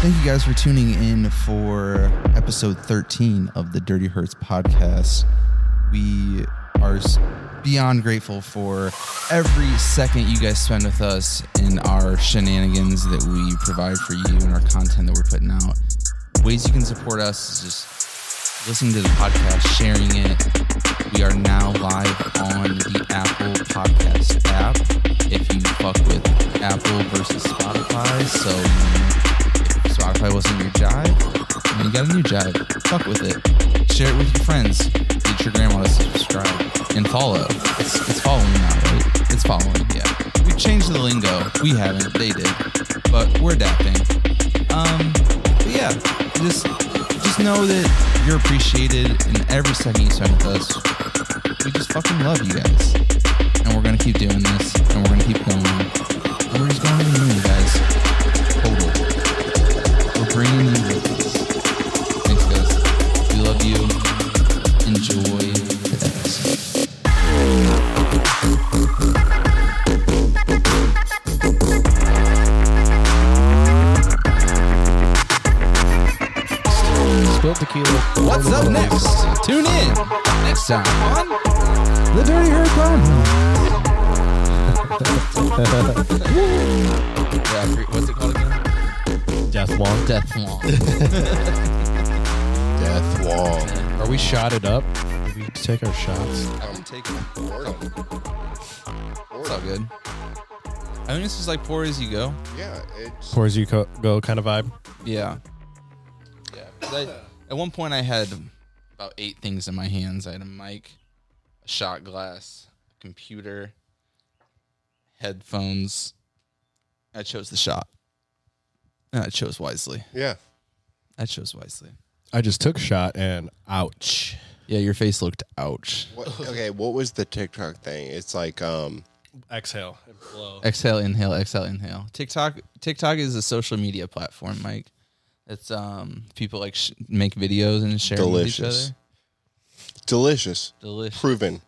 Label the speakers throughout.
Speaker 1: Thank you guys for tuning in for episode 13 of the Dirty Hurts podcast. We are s- beyond grateful for every second you guys spend with us in our shenanigans that we provide for you and our content that we're putting out. Ways you can support us is just listening to the podcast, sharing it. We are now live on the Apple Podcast app. If you fuck with Apple versus Spotify, so if Spotify wasn't your jive, then you got a new jive. Fuck with it. Share it with your friends. Get your grandma to subscribe and follow. It's, it's following now, right? It's following. Yeah, we changed the lingo. We haven't. They did, but we're adapting. Um, but yeah, just just know that you're appreciated in every second you spend with us. We just fucking love you guys, and we're gonna keep doing this, and we're gonna keep going, and we're just going to the moon, guys. Total. We're bringing you with us. Thanks, guys. We love you. Enjoy the episode.
Speaker 2: Spilled tequila.
Speaker 1: What's up next? Tune in next time on the Dirty Herd Podcast. yeah, I forget- what's it called again?
Speaker 2: Death Wong.
Speaker 1: Death Wall.
Speaker 3: Death Wall.
Speaker 2: Are we shotted up? Did we take our shots?
Speaker 1: I'm taking it.
Speaker 3: Boredom.
Speaker 1: It's all good.
Speaker 3: Boredom.
Speaker 1: I think this is like pour as you go.
Speaker 3: Yeah, it's
Speaker 2: Pours you co- go kind of vibe.
Speaker 1: Yeah. Yeah. 'cause I, at one point, I had about eight things in my hands. I had a mic, a shot glass, a computer, headphones. I chose the shot. And I chose wisely.
Speaker 3: yeah.
Speaker 1: I chose wisely.
Speaker 2: I just took a shot and ouch.
Speaker 1: Yeah, your face looked ouch.
Speaker 3: What, okay, what was the TikTok thing? It's like um
Speaker 2: Exhale and blow.
Speaker 1: Exhale, inhale, exhale, inhale. TikTok TikTok is a social media platform, Mike. It's um people like sh- make videos and share them with each
Speaker 3: Delicious.
Speaker 1: other.
Speaker 3: delicious,
Speaker 1: Delicious.
Speaker 3: proven,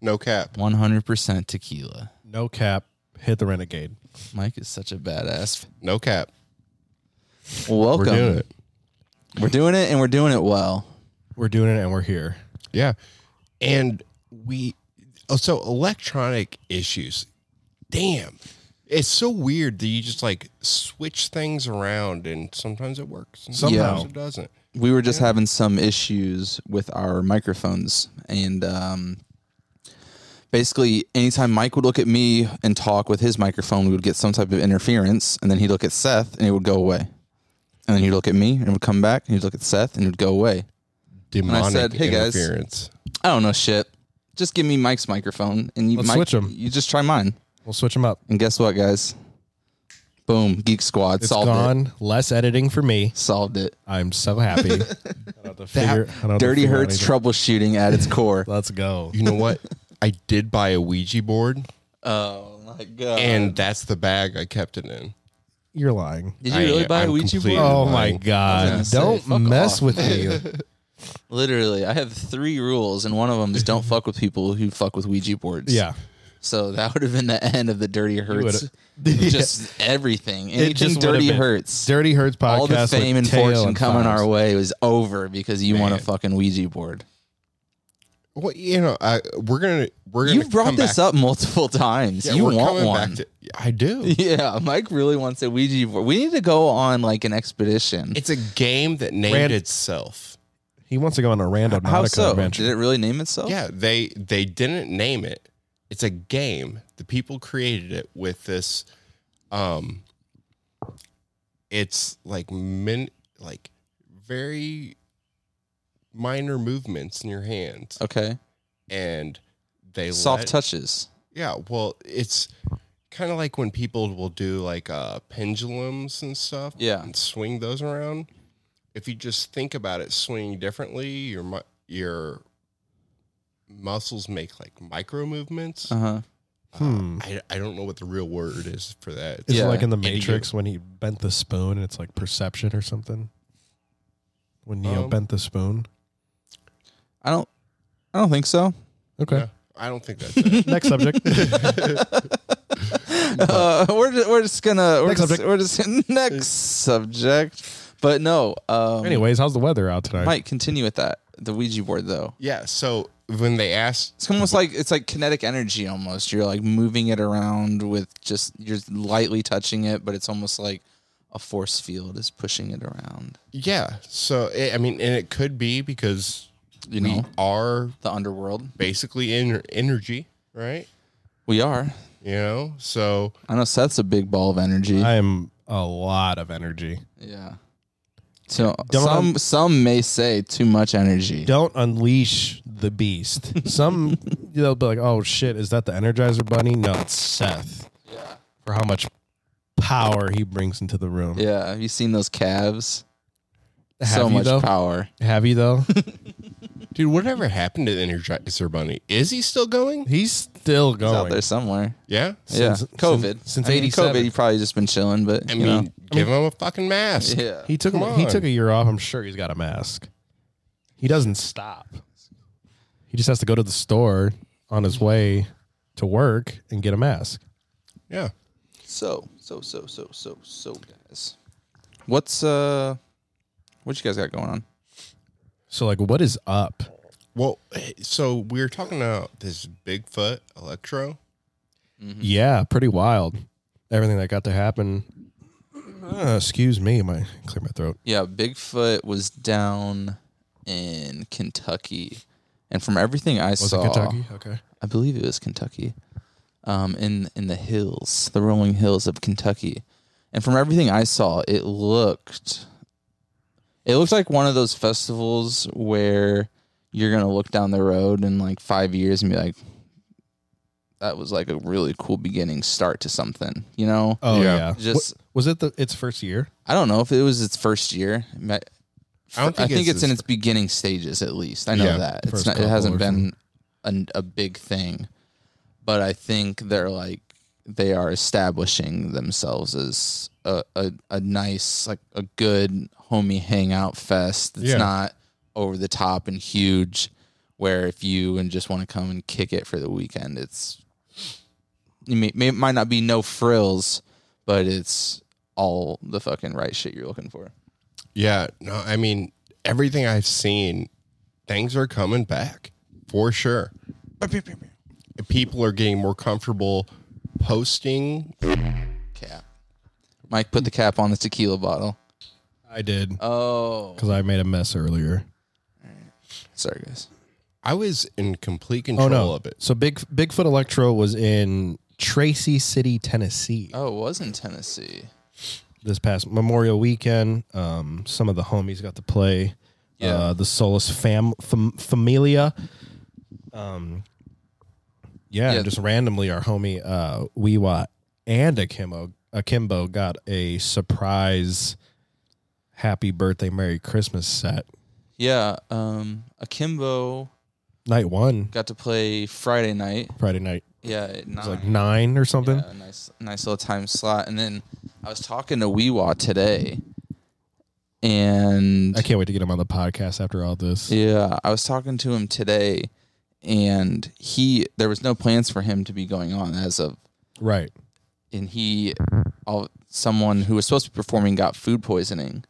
Speaker 3: no cap.
Speaker 1: 100% tequila.
Speaker 2: No cap. Hit the renegade.
Speaker 1: Mike is such a badass.
Speaker 3: No cap.
Speaker 1: Welcome.
Speaker 2: We're doing it.
Speaker 1: We're doing it and we're doing it well.
Speaker 2: We're doing it and we're here.
Speaker 3: Yeah. And we oh, so electronic issues. Damn. It's so weird that you just like switch things around and sometimes it works. and Sometimes
Speaker 1: Yeah.
Speaker 3: it doesn't.
Speaker 1: We were just having some issues with our microphones and um Basically, anytime Mike would look at me and talk with his microphone, we would get some type of interference, and then he'd look at Seth and it would go away. And then he'd look at me and it would come back, and he'd look at Seth and it would go away.
Speaker 3: Demonic
Speaker 1: said, "Hey, guys."
Speaker 3: interference.
Speaker 1: I don't know shit. Just give me Mike's microphone, and you
Speaker 2: Let's
Speaker 1: Mike,
Speaker 2: switch 'em.
Speaker 1: You just try mine,
Speaker 2: We'll switch them up.
Speaker 1: and guess what, guys? Boom! Geek Squad
Speaker 2: It's
Speaker 1: solved it.
Speaker 2: gone. Less editing for me.
Speaker 1: Solved it.
Speaker 2: I'm so happy. I don't have to figure- I don't have to
Speaker 1: Dirty
Speaker 2: figure out
Speaker 1: Hurts
Speaker 2: anything.
Speaker 1: troubleshooting at its core.
Speaker 2: Let's go.
Speaker 3: You know what? I did buy a Ouija board.
Speaker 1: oh my god!
Speaker 3: and that's the bag I kept it in.
Speaker 2: You're lying.
Speaker 1: did you
Speaker 3: I-
Speaker 1: really buy a
Speaker 3: I'm
Speaker 1: Ouija board?
Speaker 3: completely-
Speaker 2: Oh my
Speaker 3: lying.
Speaker 1: I
Speaker 2: god.
Speaker 1: was gonna say,
Speaker 2: Don't
Speaker 1: fuck
Speaker 2: mess
Speaker 1: off.
Speaker 2: with me.
Speaker 1: Literally, I have three rules, and one of them is don't fuck with people who fuck with Ouija boards.
Speaker 2: yeah.
Speaker 1: So that would have been the end of the Dirty Hurts. Just everything. Anything
Speaker 2: just would've
Speaker 1: Dirty
Speaker 2: been
Speaker 1: Hurts.
Speaker 2: Dirty Herds podcast.
Speaker 1: All the fame
Speaker 2: with
Speaker 1: and
Speaker 2: Teo
Speaker 1: fortune coming
Speaker 2: Fox.
Speaker 1: our way was over because you want a
Speaker 3: Man.
Speaker 1: fucking Ouija board.
Speaker 3: Well, you know, I, we're gonna we're gonna.
Speaker 1: You brought
Speaker 3: come
Speaker 1: this
Speaker 3: back-
Speaker 1: up multiple times.
Speaker 3: Yeah,
Speaker 1: you
Speaker 3: we're
Speaker 1: want
Speaker 3: coming
Speaker 1: one.
Speaker 3: Back to, I do.
Speaker 1: yeah, Mike really wants a Ouija board. We need to go on like an expedition.
Speaker 3: It's a game that named
Speaker 2: Ran-
Speaker 3: itself.
Speaker 2: He wants to go on a random
Speaker 1: How
Speaker 2: Nautica
Speaker 1: so?
Speaker 2: adventure.
Speaker 1: Did it really name itself?
Speaker 3: Yeah, they they didn't name it. It's a game. The people created it with this. Um, it's like min like very minor movements in your hands,
Speaker 1: Okay.
Speaker 3: and they
Speaker 1: Soft
Speaker 3: let-
Speaker 1: touches.
Speaker 3: Yeah, well, it's kind of like when people will do like uh, pendulums and stuff.
Speaker 1: Yeah.
Speaker 3: and swing those around. If you just think about it, swinging differently, your mu- your muscles make like micro movements.
Speaker 1: Uh huh.
Speaker 2: Hmm.
Speaker 3: I, I don't know what the real word is for that.
Speaker 2: Is
Speaker 1: Yeah.
Speaker 2: it like in the
Speaker 3: Idiot.
Speaker 2: Matrix when he bent the spoon and it's like perception or something? When Neo
Speaker 3: Um,
Speaker 2: bent the spoon.
Speaker 1: I don't. I don't think so.
Speaker 2: Okay.
Speaker 3: Yeah, I don't think that's it.
Speaker 2: Next subject.
Speaker 1: Uh, we're just, we're just gonna we're
Speaker 2: Next
Speaker 1: just,
Speaker 2: subject.
Speaker 1: we're just next subject, but no. Um,
Speaker 2: Anyways, how's the weather out today?
Speaker 1: Mike, continue with that the Ouija board though.
Speaker 3: Yeah. So when they asked,
Speaker 1: It's almost like it's like kinetic energy. Almost, you're like moving it around with just you're lightly touching it, but it's almost like a force field is pushing it around.
Speaker 3: yeah. So it, I mean, and it could be because
Speaker 1: You
Speaker 3: we
Speaker 1: know,
Speaker 3: are
Speaker 1: the underworld.
Speaker 3: basically in energy, right?
Speaker 1: We are.
Speaker 3: You know. So
Speaker 1: I know Seth's a big ball of energy.
Speaker 2: I am a lot of energy.
Speaker 1: yeah. So
Speaker 2: Don't-
Speaker 1: some some may say too much energy.
Speaker 2: Don't unleash the beast. Some they'll be like, "Oh shit, is that the Energizer Bunny?" No, it's Seth.
Speaker 1: Yeah.
Speaker 2: For how much power he brings into the room.
Speaker 1: Yeah, have you seen those calves?
Speaker 2: Have
Speaker 1: so
Speaker 2: you,
Speaker 1: much
Speaker 2: though?
Speaker 1: power.
Speaker 2: Have you though?
Speaker 3: Dude, whatever happened to Energizer Bunny? Is he still going?
Speaker 2: He's still
Speaker 1: It's out
Speaker 2: going.
Speaker 1: there somewhere.
Speaker 3: Yeah.
Speaker 2: Oh, Since-
Speaker 1: yeah,
Speaker 2: since-
Speaker 1: COVID.
Speaker 2: since
Speaker 1: I mean,
Speaker 2: 87.
Speaker 1: COVID, he probably just been chilling, but
Speaker 3: I
Speaker 1: you
Speaker 3: mean,
Speaker 1: know.
Speaker 3: give him a fucking mask.
Speaker 1: yeah,
Speaker 2: He took
Speaker 3: Come
Speaker 2: a, he
Speaker 3: on.
Speaker 2: took a year off. I'm sure he's got a mask. He doesn't stop. He just has to go to the store on his way to work and get a mask.
Speaker 3: Yeah.
Speaker 1: so so so so so so guys, what's uh, what you guys got going on?
Speaker 2: So like, what is up?
Speaker 3: Well, so we were talking about this Bigfoot Electro.
Speaker 2: Yeah, pretty wild. Everything that got to happen. Uh, excuse me, my clear my throat.
Speaker 1: Yeah, Bigfoot was down in Kentucky, and from everything I
Speaker 2: Was
Speaker 1: saw,
Speaker 2: it Kentucky? Okay.
Speaker 1: I believe it was Kentucky, um, in in the hills, the rolling hills of Kentucky, and from everything I saw, it looked, it looked like one of those festivals where you're gonna look down the road in like five years and be like, that was like a really cool beginning start to something, you know?
Speaker 2: Oh
Speaker 3: Yeah.
Speaker 2: yeah.
Speaker 1: Just-
Speaker 2: What- was it the its first year?
Speaker 1: I don't know if it was its first year. I mean, I,
Speaker 3: I don't
Speaker 1: I
Speaker 3: think
Speaker 1: think
Speaker 3: it's
Speaker 1: it's, in
Speaker 3: his
Speaker 1: its beginning stages, at least. I know
Speaker 3: Yeah,
Speaker 1: that it's
Speaker 2: first
Speaker 1: not, it
Speaker 2: couple
Speaker 1: hasn't
Speaker 2: or
Speaker 1: been an, a big thing, but I think they're like they are establishing themselves as a, a, a nice, like a good homie hangout fest. It's
Speaker 3: Yeah.
Speaker 1: not over the top and huge. Where if you and just want to come and kick it for the weekend, it's you may, may, might not be no frills, but it's all the fucking right shit you're looking for.
Speaker 3: Yeah. No, I mean, everything I've seen, things are coming back for sure. People are getting more comfortable posting.
Speaker 1: Cap. Mike put the cap on the tequila bottle.
Speaker 2: I did
Speaker 1: Oh,
Speaker 2: because I made a mess earlier.
Speaker 1: sorry guys.
Speaker 3: I was in complete
Speaker 2: Oh
Speaker 3: control
Speaker 2: no!
Speaker 3: of it.
Speaker 2: So big Bigfoot Electro was in Tracy City, Tennessee.
Speaker 1: Oh, it was in Tennessee.
Speaker 2: this past Memorial Weekend. Um, some of the homies got to play.
Speaker 1: Yeah.
Speaker 2: Uh, the Solus fam, fam Familia. Um, yeah,
Speaker 1: Yeah.
Speaker 2: just randomly, our homie uh, Weewa and Akimbo, Akimbo got a surprise Happy Birthday, Merry Christmas set.
Speaker 1: Yeah, um, Akimbo
Speaker 2: Night one,
Speaker 1: got to play Friday night.
Speaker 2: Friday night.
Speaker 1: Yeah, at
Speaker 2: It
Speaker 1: nine.
Speaker 2: was like nine or something.
Speaker 1: Yeah, nice, nice little time slot. And then I was talking to Weewa today, and
Speaker 2: I can't wait to get him on the podcast after all this.
Speaker 1: Yeah, I was talking to him today, and he there was no plans for him to be going on as of,
Speaker 2: Right.
Speaker 1: and he, all, someone who was supposed to be performing got food poisoning.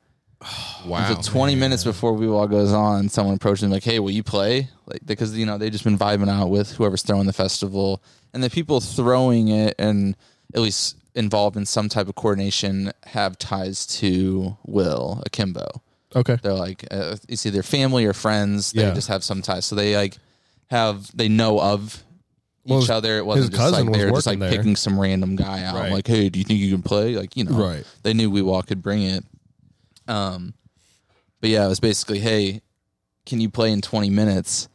Speaker 3: Wow.
Speaker 1: so twenty minutes before we all goes on, someone approached him like, "Hey, will you play?" Like because you know they've just been vibing out with whoever's throwing the festival, and the people throwing it and at least involved in some type of coordination have ties to Will Akimbo
Speaker 2: Okay.
Speaker 1: they're like uh, it's either family or friends they
Speaker 2: Yeah.
Speaker 1: just have some ties so they like have they know of
Speaker 2: Well,
Speaker 1: each other it wasn't
Speaker 2: his
Speaker 1: just
Speaker 2: cousin
Speaker 1: like
Speaker 2: was
Speaker 1: they were just like
Speaker 2: working there.
Speaker 1: picking some random guy out
Speaker 2: Right.
Speaker 1: like hey do you think you can play like you know
Speaker 2: Right.
Speaker 1: they knew we all could bring it um but yeah it was basically hey can you play in 20 minutes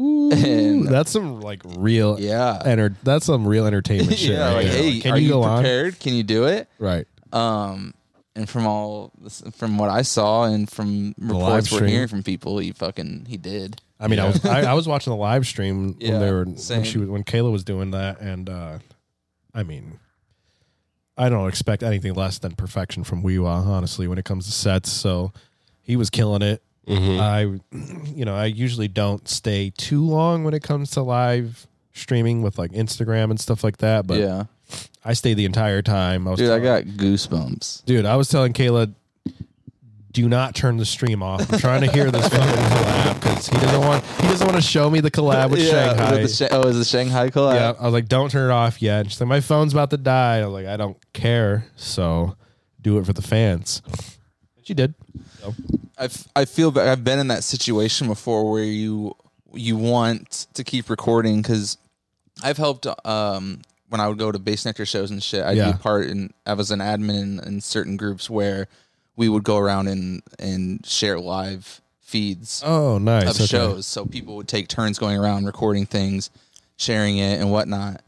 Speaker 2: Ooh, that's some like real
Speaker 1: yeah
Speaker 2: enter that's some real entertainment shit.
Speaker 1: yeah
Speaker 2: right
Speaker 1: like
Speaker 2: there.
Speaker 1: hey
Speaker 2: Like, can
Speaker 1: are
Speaker 2: you
Speaker 1: you,
Speaker 2: go on?
Speaker 1: prepared can you do it
Speaker 2: Right.
Speaker 1: Um, and from all from what I saw and from
Speaker 2: live
Speaker 1: reports we're
Speaker 2: stream.
Speaker 1: hearing from people, he fucking he did.
Speaker 2: I mean, I was I, I was watching the live stream
Speaker 1: Yeah,
Speaker 2: when they were
Speaker 1: same.
Speaker 2: when she was, when Kayla was doing that, and uh, I mean, I don't expect anything less than perfection from Weewa, honestly, when it comes to sets. So he was killing it.
Speaker 1: Mm-hmm.
Speaker 3: Mhm.
Speaker 2: I, you know, I usually don't stay too long when it comes to live streaming with like Instagram and stuff like that, but
Speaker 1: yeah,
Speaker 2: I stayed the entire time. I was
Speaker 1: Dude, I
Speaker 2: telling-
Speaker 1: got goosebumps.
Speaker 2: Dude, I was telling Kayla, do not turn the stream off. I'm trying to hear this fucking collab because he doesn't want he doesn't want to show me the collab with Shanghai.
Speaker 1: with the Sha- oh, is the Shanghai collab?
Speaker 2: yeah, I was like, don't turn it off yet. And she's like, my phone's about to die. I was like, I don't care. So do it for the fans. She did.
Speaker 1: I, f- I feel bad. I've been in that situation before where you you want to keep recording because I've helped um, when I would go to bass nectar shows and shit. I'd
Speaker 2: Yeah.
Speaker 1: be part and I was an admin in, in certain groups where we would go around and and share live feeds
Speaker 2: Oh, nice.
Speaker 1: of
Speaker 2: Okay.
Speaker 1: shows. So people would take turns going around recording things, sharing it and whatnot.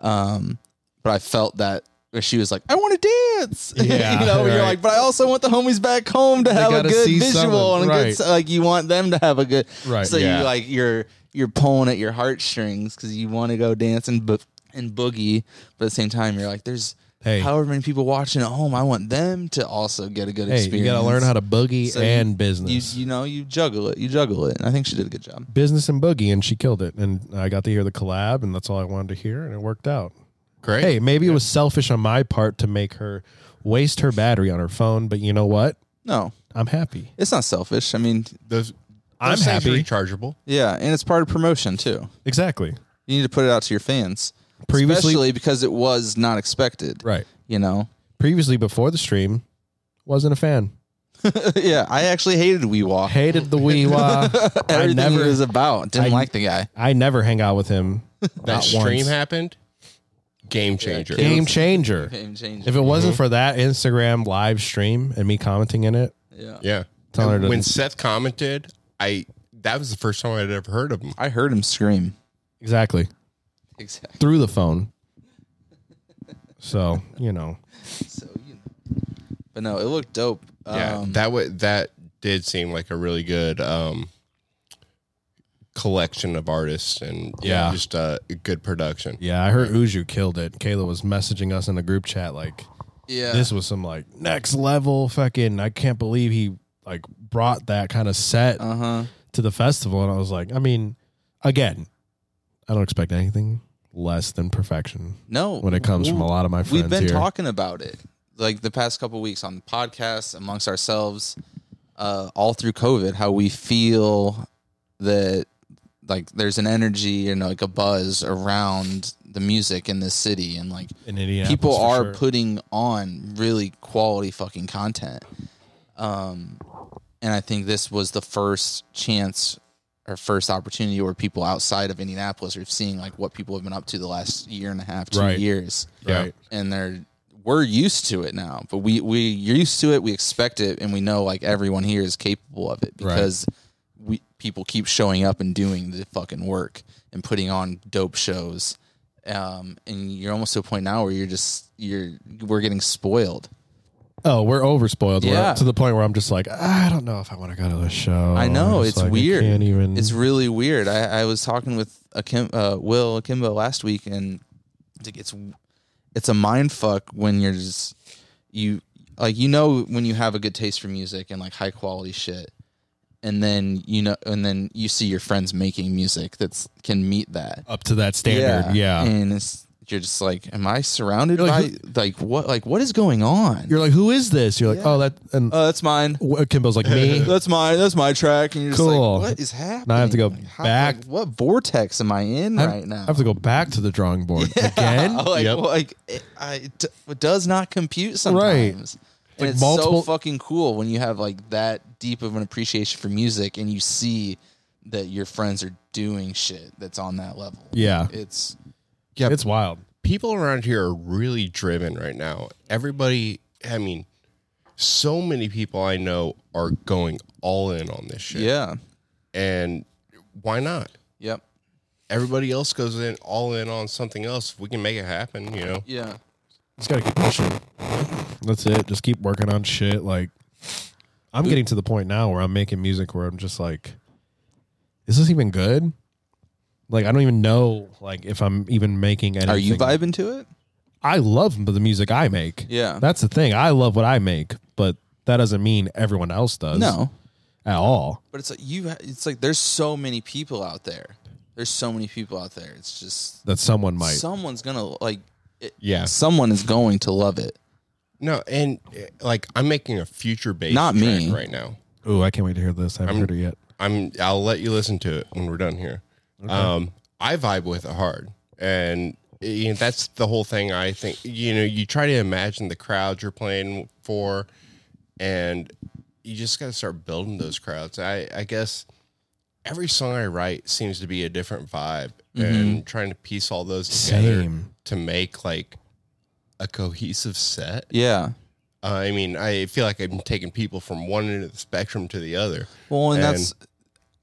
Speaker 1: Um, but I felt that where she was like, I want to dance.
Speaker 2: Yeah,
Speaker 1: you know, you're
Speaker 2: right.
Speaker 1: like, but I also want the homies back home to have a
Speaker 2: gotta
Speaker 1: good
Speaker 2: see
Speaker 1: visual
Speaker 2: something,
Speaker 1: and a
Speaker 2: right.
Speaker 1: good good, like you want them to have a good,
Speaker 2: Right,
Speaker 1: So
Speaker 2: yeah.
Speaker 1: you like, you're, you're pulling at your heartstrings cause you want to go dance and, bo- and boogie. But at the same time, you're like, there's,
Speaker 2: Hey.
Speaker 1: However many people watching at home, I want them to also get a good
Speaker 2: Hey,
Speaker 1: experience.
Speaker 2: you got to learn how to boogie
Speaker 1: So you-
Speaker 2: and
Speaker 1: you,
Speaker 2: business.
Speaker 1: you know you juggle it, you juggle it, and I think she did a good job.
Speaker 2: business and boogie, and she killed it. And I got to hear the collab, and that's all I wanted to hear, and it worked out.
Speaker 3: Great.
Speaker 2: Hey, maybe it was selfish on my part to make her waste her battery on her phone, but you know what?
Speaker 1: No,
Speaker 2: I'm happy.
Speaker 1: it's not selfish. I mean,
Speaker 3: Those,
Speaker 2: I'm
Speaker 3: those things are
Speaker 2: happy.
Speaker 3: Rechargeable.
Speaker 1: yeah, and it's part of promotion too.
Speaker 2: Exactly.
Speaker 1: You need to put it out to your fans,
Speaker 2: Previously-
Speaker 1: especially because it was not expected.
Speaker 2: Right.
Speaker 1: You know,
Speaker 2: Previously, before the stream, wasn't a fan.
Speaker 1: yeah, I actually hated We Walk.
Speaker 2: Hated the wee wah. I
Speaker 1: Everything he
Speaker 2: never,
Speaker 1: was about didn't
Speaker 2: I-
Speaker 1: like the guy.
Speaker 2: I never hang out with him.
Speaker 3: That
Speaker 2: Not
Speaker 3: stream
Speaker 2: once.
Speaker 3: happened. Game changer.
Speaker 2: Game changer.
Speaker 1: Game changer.
Speaker 2: If it wasn't for that Instagram live stream and me commenting in it,
Speaker 1: yeah.
Speaker 3: yeah.
Speaker 2: Tyler
Speaker 3: And when
Speaker 2: doesn't-
Speaker 3: Seth commented, I that was the first time I'd ever heard of him.
Speaker 1: I heard him scream.
Speaker 2: exactly
Speaker 1: Exactly.
Speaker 2: through the phone. So you know,
Speaker 1: So you know, but no, it looked dope.
Speaker 3: Yeah,
Speaker 1: Um,
Speaker 3: that wa that did seem like a really good um, collection of artists and
Speaker 2: Yeah.
Speaker 3: just uh, good production.
Speaker 2: yeah, I heard Uju killed it. Kayla was messaging us in the group chat like,
Speaker 1: yeah.
Speaker 2: this was some like next level fucking. I can't believe he like brought that kind of set
Speaker 1: uh huh.
Speaker 2: to the festival, and I was like, I mean, again, I don't expect anything less than perfection
Speaker 1: No.
Speaker 2: when it comes from a lot of my friends
Speaker 1: we've been
Speaker 2: here.
Speaker 1: talking about it like the past couple weeks on the podcast amongst ourselves uh, all through covid how we feel that like there's an energy and like a buzz around the music in this city and like
Speaker 2: in Indianapolis,
Speaker 1: people
Speaker 2: for
Speaker 1: are
Speaker 2: sure.
Speaker 1: putting on really quality fucking content um and i think this was the first chance or first opportunity where people outside of indianapolis are seeing like what people have been up to the last year and a half two
Speaker 2: Right.
Speaker 1: years
Speaker 2: right.
Speaker 1: and they're we're used to it now but we we you're used to it we expect it and we know like everyone here is capable of it
Speaker 2: Right.
Speaker 1: because we people keep showing up and doing the fucking work and putting on dope shows um and you're almost to a point now where you're just you're we're getting spoiled
Speaker 2: Oh, we're overspoiled.
Speaker 1: Yeah.
Speaker 2: We're to the point where I'm just like, "Ah, I don't know if I want to go to the show.
Speaker 1: I know it's
Speaker 2: Oh, like, I
Speaker 1: weird.
Speaker 2: can't even.
Speaker 1: It's really weird. I, I was talking with Akim, uh, Will Akimbo last week, and it's like it's it's a mind fuck when you're just you like you know when you have a good taste for music and like high quality shit, and then you know and then you see your friends making music that's can meet that
Speaker 2: up to that standard. Yeah.
Speaker 1: and it's you're just like, am I surrounded
Speaker 2: You're
Speaker 1: by
Speaker 2: like,
Speaker 1: like what like what is going on?
Speaker 2: You're like, who is this? You're like, oh, that. And
Speaker 1: oh, that's mine.
Speaker 2: uh, Kimbo's like, me.
Speaker 1: That's my that's my track, and you're just
Speaker 2: Cool.
Speaker 1: like, what is happening?
Speaker 2: Now I have to go
Speaker 1: Like, how-
Speaker 2: back.
Speaker 1: like, what vortex am I in
Speaker 2: I have-
Speaker 1: right now?
Speaker 2: I have to go back to the drawing board again.
Speaker 1: like,
Speaker 3: Yep.
Speaker 1: like it, I, it d- it does not compute sometimes. And
Speaker 2: Like
Speaker 1: it's
Speaker 2: multiple-
Speaker 1: so fucking cool when you have like that deep of an appreciation for music, and you see that your friends are doing shit that's on that level.
Speaker 2: Yeah.
Speaker 1: It's
Speaker 2: Yeah. It's wild.
Speaker 3: People around here are really driven right now. Everybody, I mean, so many people I know are going all in on this shit.
Speaker 1: yeah,
Speaker 3: and why not?
Speaker 1: yep,
Speaker 3: Everybody else goes in all in on something else. We can make it happen. You know,
Speaker 1: yeah.
Speaker 2: Just gotta keep pushing. That's it. Just keep working on shit. Like, I'm getting to the point now where I'm making music where I'm just like, is this even good? Like, I don't even know. Like, if I'm even making anything.
Speaker 1: Are you vibing to it?
Speaker 2: I love the music I make.
Speaker 1: Yeah.
Speaker 2: That's the thing. I love what I make, but that doesn't mean everyone else does.
Speaker 1: No,
Speaker 2: At all.
Speaker 1: but it's like you. ha- It's like there's so many people out there. There's so many people out there. It's just
Speaker 2: That someone might.
Speaker 1: someone's gonna like
Speaker 3: Yeah.
Speaker 1: someone is going to love it.
Speaker 3: No, and uh, like I'm making a future based
Speaker 1: Not me.
Speaker 3: right now.
Speaker 2: Oh, I can't wait to hear this. I haven't
Speaker 3: I'm-
Speaker 2: heard it yet.
Speaker 3: I'm I'll let you listen to it when we're done here. Um, I vibe with it hard, and eh, you know that's the whole thing. I think you know you try to imagine the crowd you're playing for, and you just got to start building those crowds. I I guess every song I write seems to be a different vibe,
Speaker 1: Mm-hmm.
Speaker 3: and trying to piece all those together
Speaker 2: Same.
Speaker 3: to make like a cohesive set.
Speaker 1: Yeah.
Speaker 3: Uh, I mean, I feel like I'm taking people from one end of the spectrum to the other.
Speaker 1: Well, and,
Speaker 3: And-
Speaker 1: that's,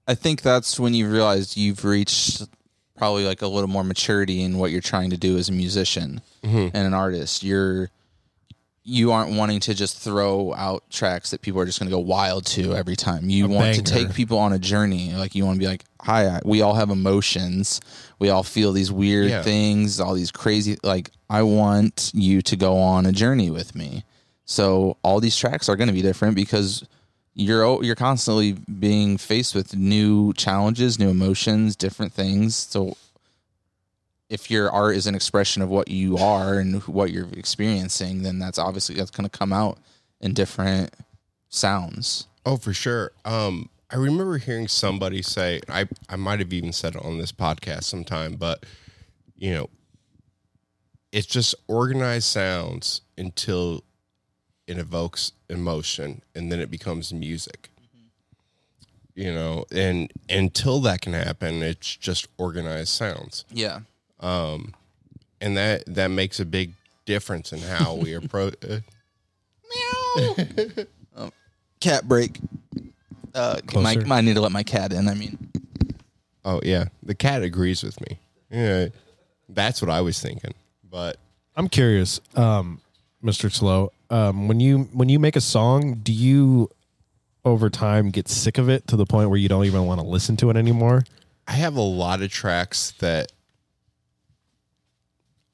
Speaker 1: I think that's when you realize you've reached probably like a little more maturity in what you're trying to do as a musician
Speaker 3: Mhm.
Speaker 1: and an artist. You're, you aren't wanting to just throw out tracks that people are just going to go wild to every time. You
Speaker 2: A
Speaker 1: want to
Speaker 2: banger.
Speaker 1: take people on a journey. Like you want to be like, hi, I, we all have emotions. We all feel these weird
Speaker 3: Yeah.
Speaker 1: things, all these crazy. Like I want you to go on a journey with me. So all these tracks are going to be different because you're o- you're constantly being faced with new challenges, new emotions, different things. So if your art is an expression of what you are and what you're experiencing, then that's obviously that's going to come out in different sounds.
Speaker 3: Oh, for sure. Um, I remember hearing somebody say, I, I might have even said it on this podcast sometime, but you know, it's just organized sounds until it evokes emotion and then it becomes music. You know, and until that can happen, it's just organized sounds.
Speaker 1: Yeah.
Speaker 3: Um, and that that makes a big difference in how we approach. Uh,
Speaker 1: Cat break. Uh, my,
Speaker 2: Closer.
Speaker 1: I need to let my cat in. I mean,
Speaker 3: Oh yeah, the cat agrees with me. Yeah, that's what I was thinking. But
Speaker 2: I'm curious, um, Mr. Slow. Um, when you when you make a song, do you over time get sick of it to the point where you don't even want to listen to it anymore?
Speaker 3: I have a lot of tracks that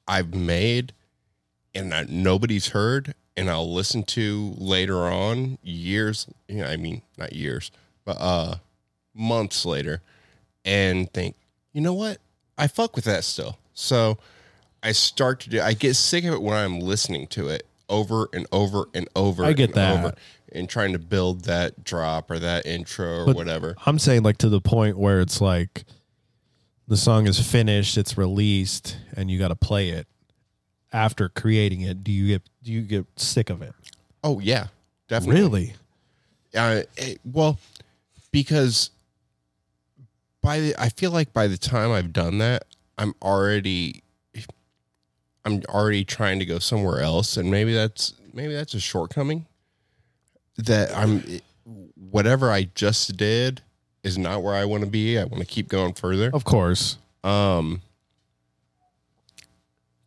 Speaker 3: I've made and that nobody's heard, and I'll listen to later on years. You know, I mean, not years, but uh, months later, and think, you know what? I fuck with that still. So I start to do. I get sick of it when I'm listening to it over and over and over.
Speaker 2: I get
Speaker 3: and
Speaker 2: that.
Speaker 3: Over and trying to build that drop or that intro or
Speaker 2: But-
Speaker 3: whatever.
Speaker 2: I'm saying like to the point where it's like the song is finished, it's released, and you got to play it. After creating it, do you get do you get sick of it?
Speaker 3: Oh yeah, definitely.
Speaker 2: Really?
Speaker 3: uh, it- well, because by the, I feel like by the time I've done that, I'm already, I'm already trying to go somewhere else, and maybe that's maybe that's a shortcoming. That I'm, whatever I just did is not where I want to be. I want to keep going further.
Speaker 2: Of course.
Speaker 3: Um,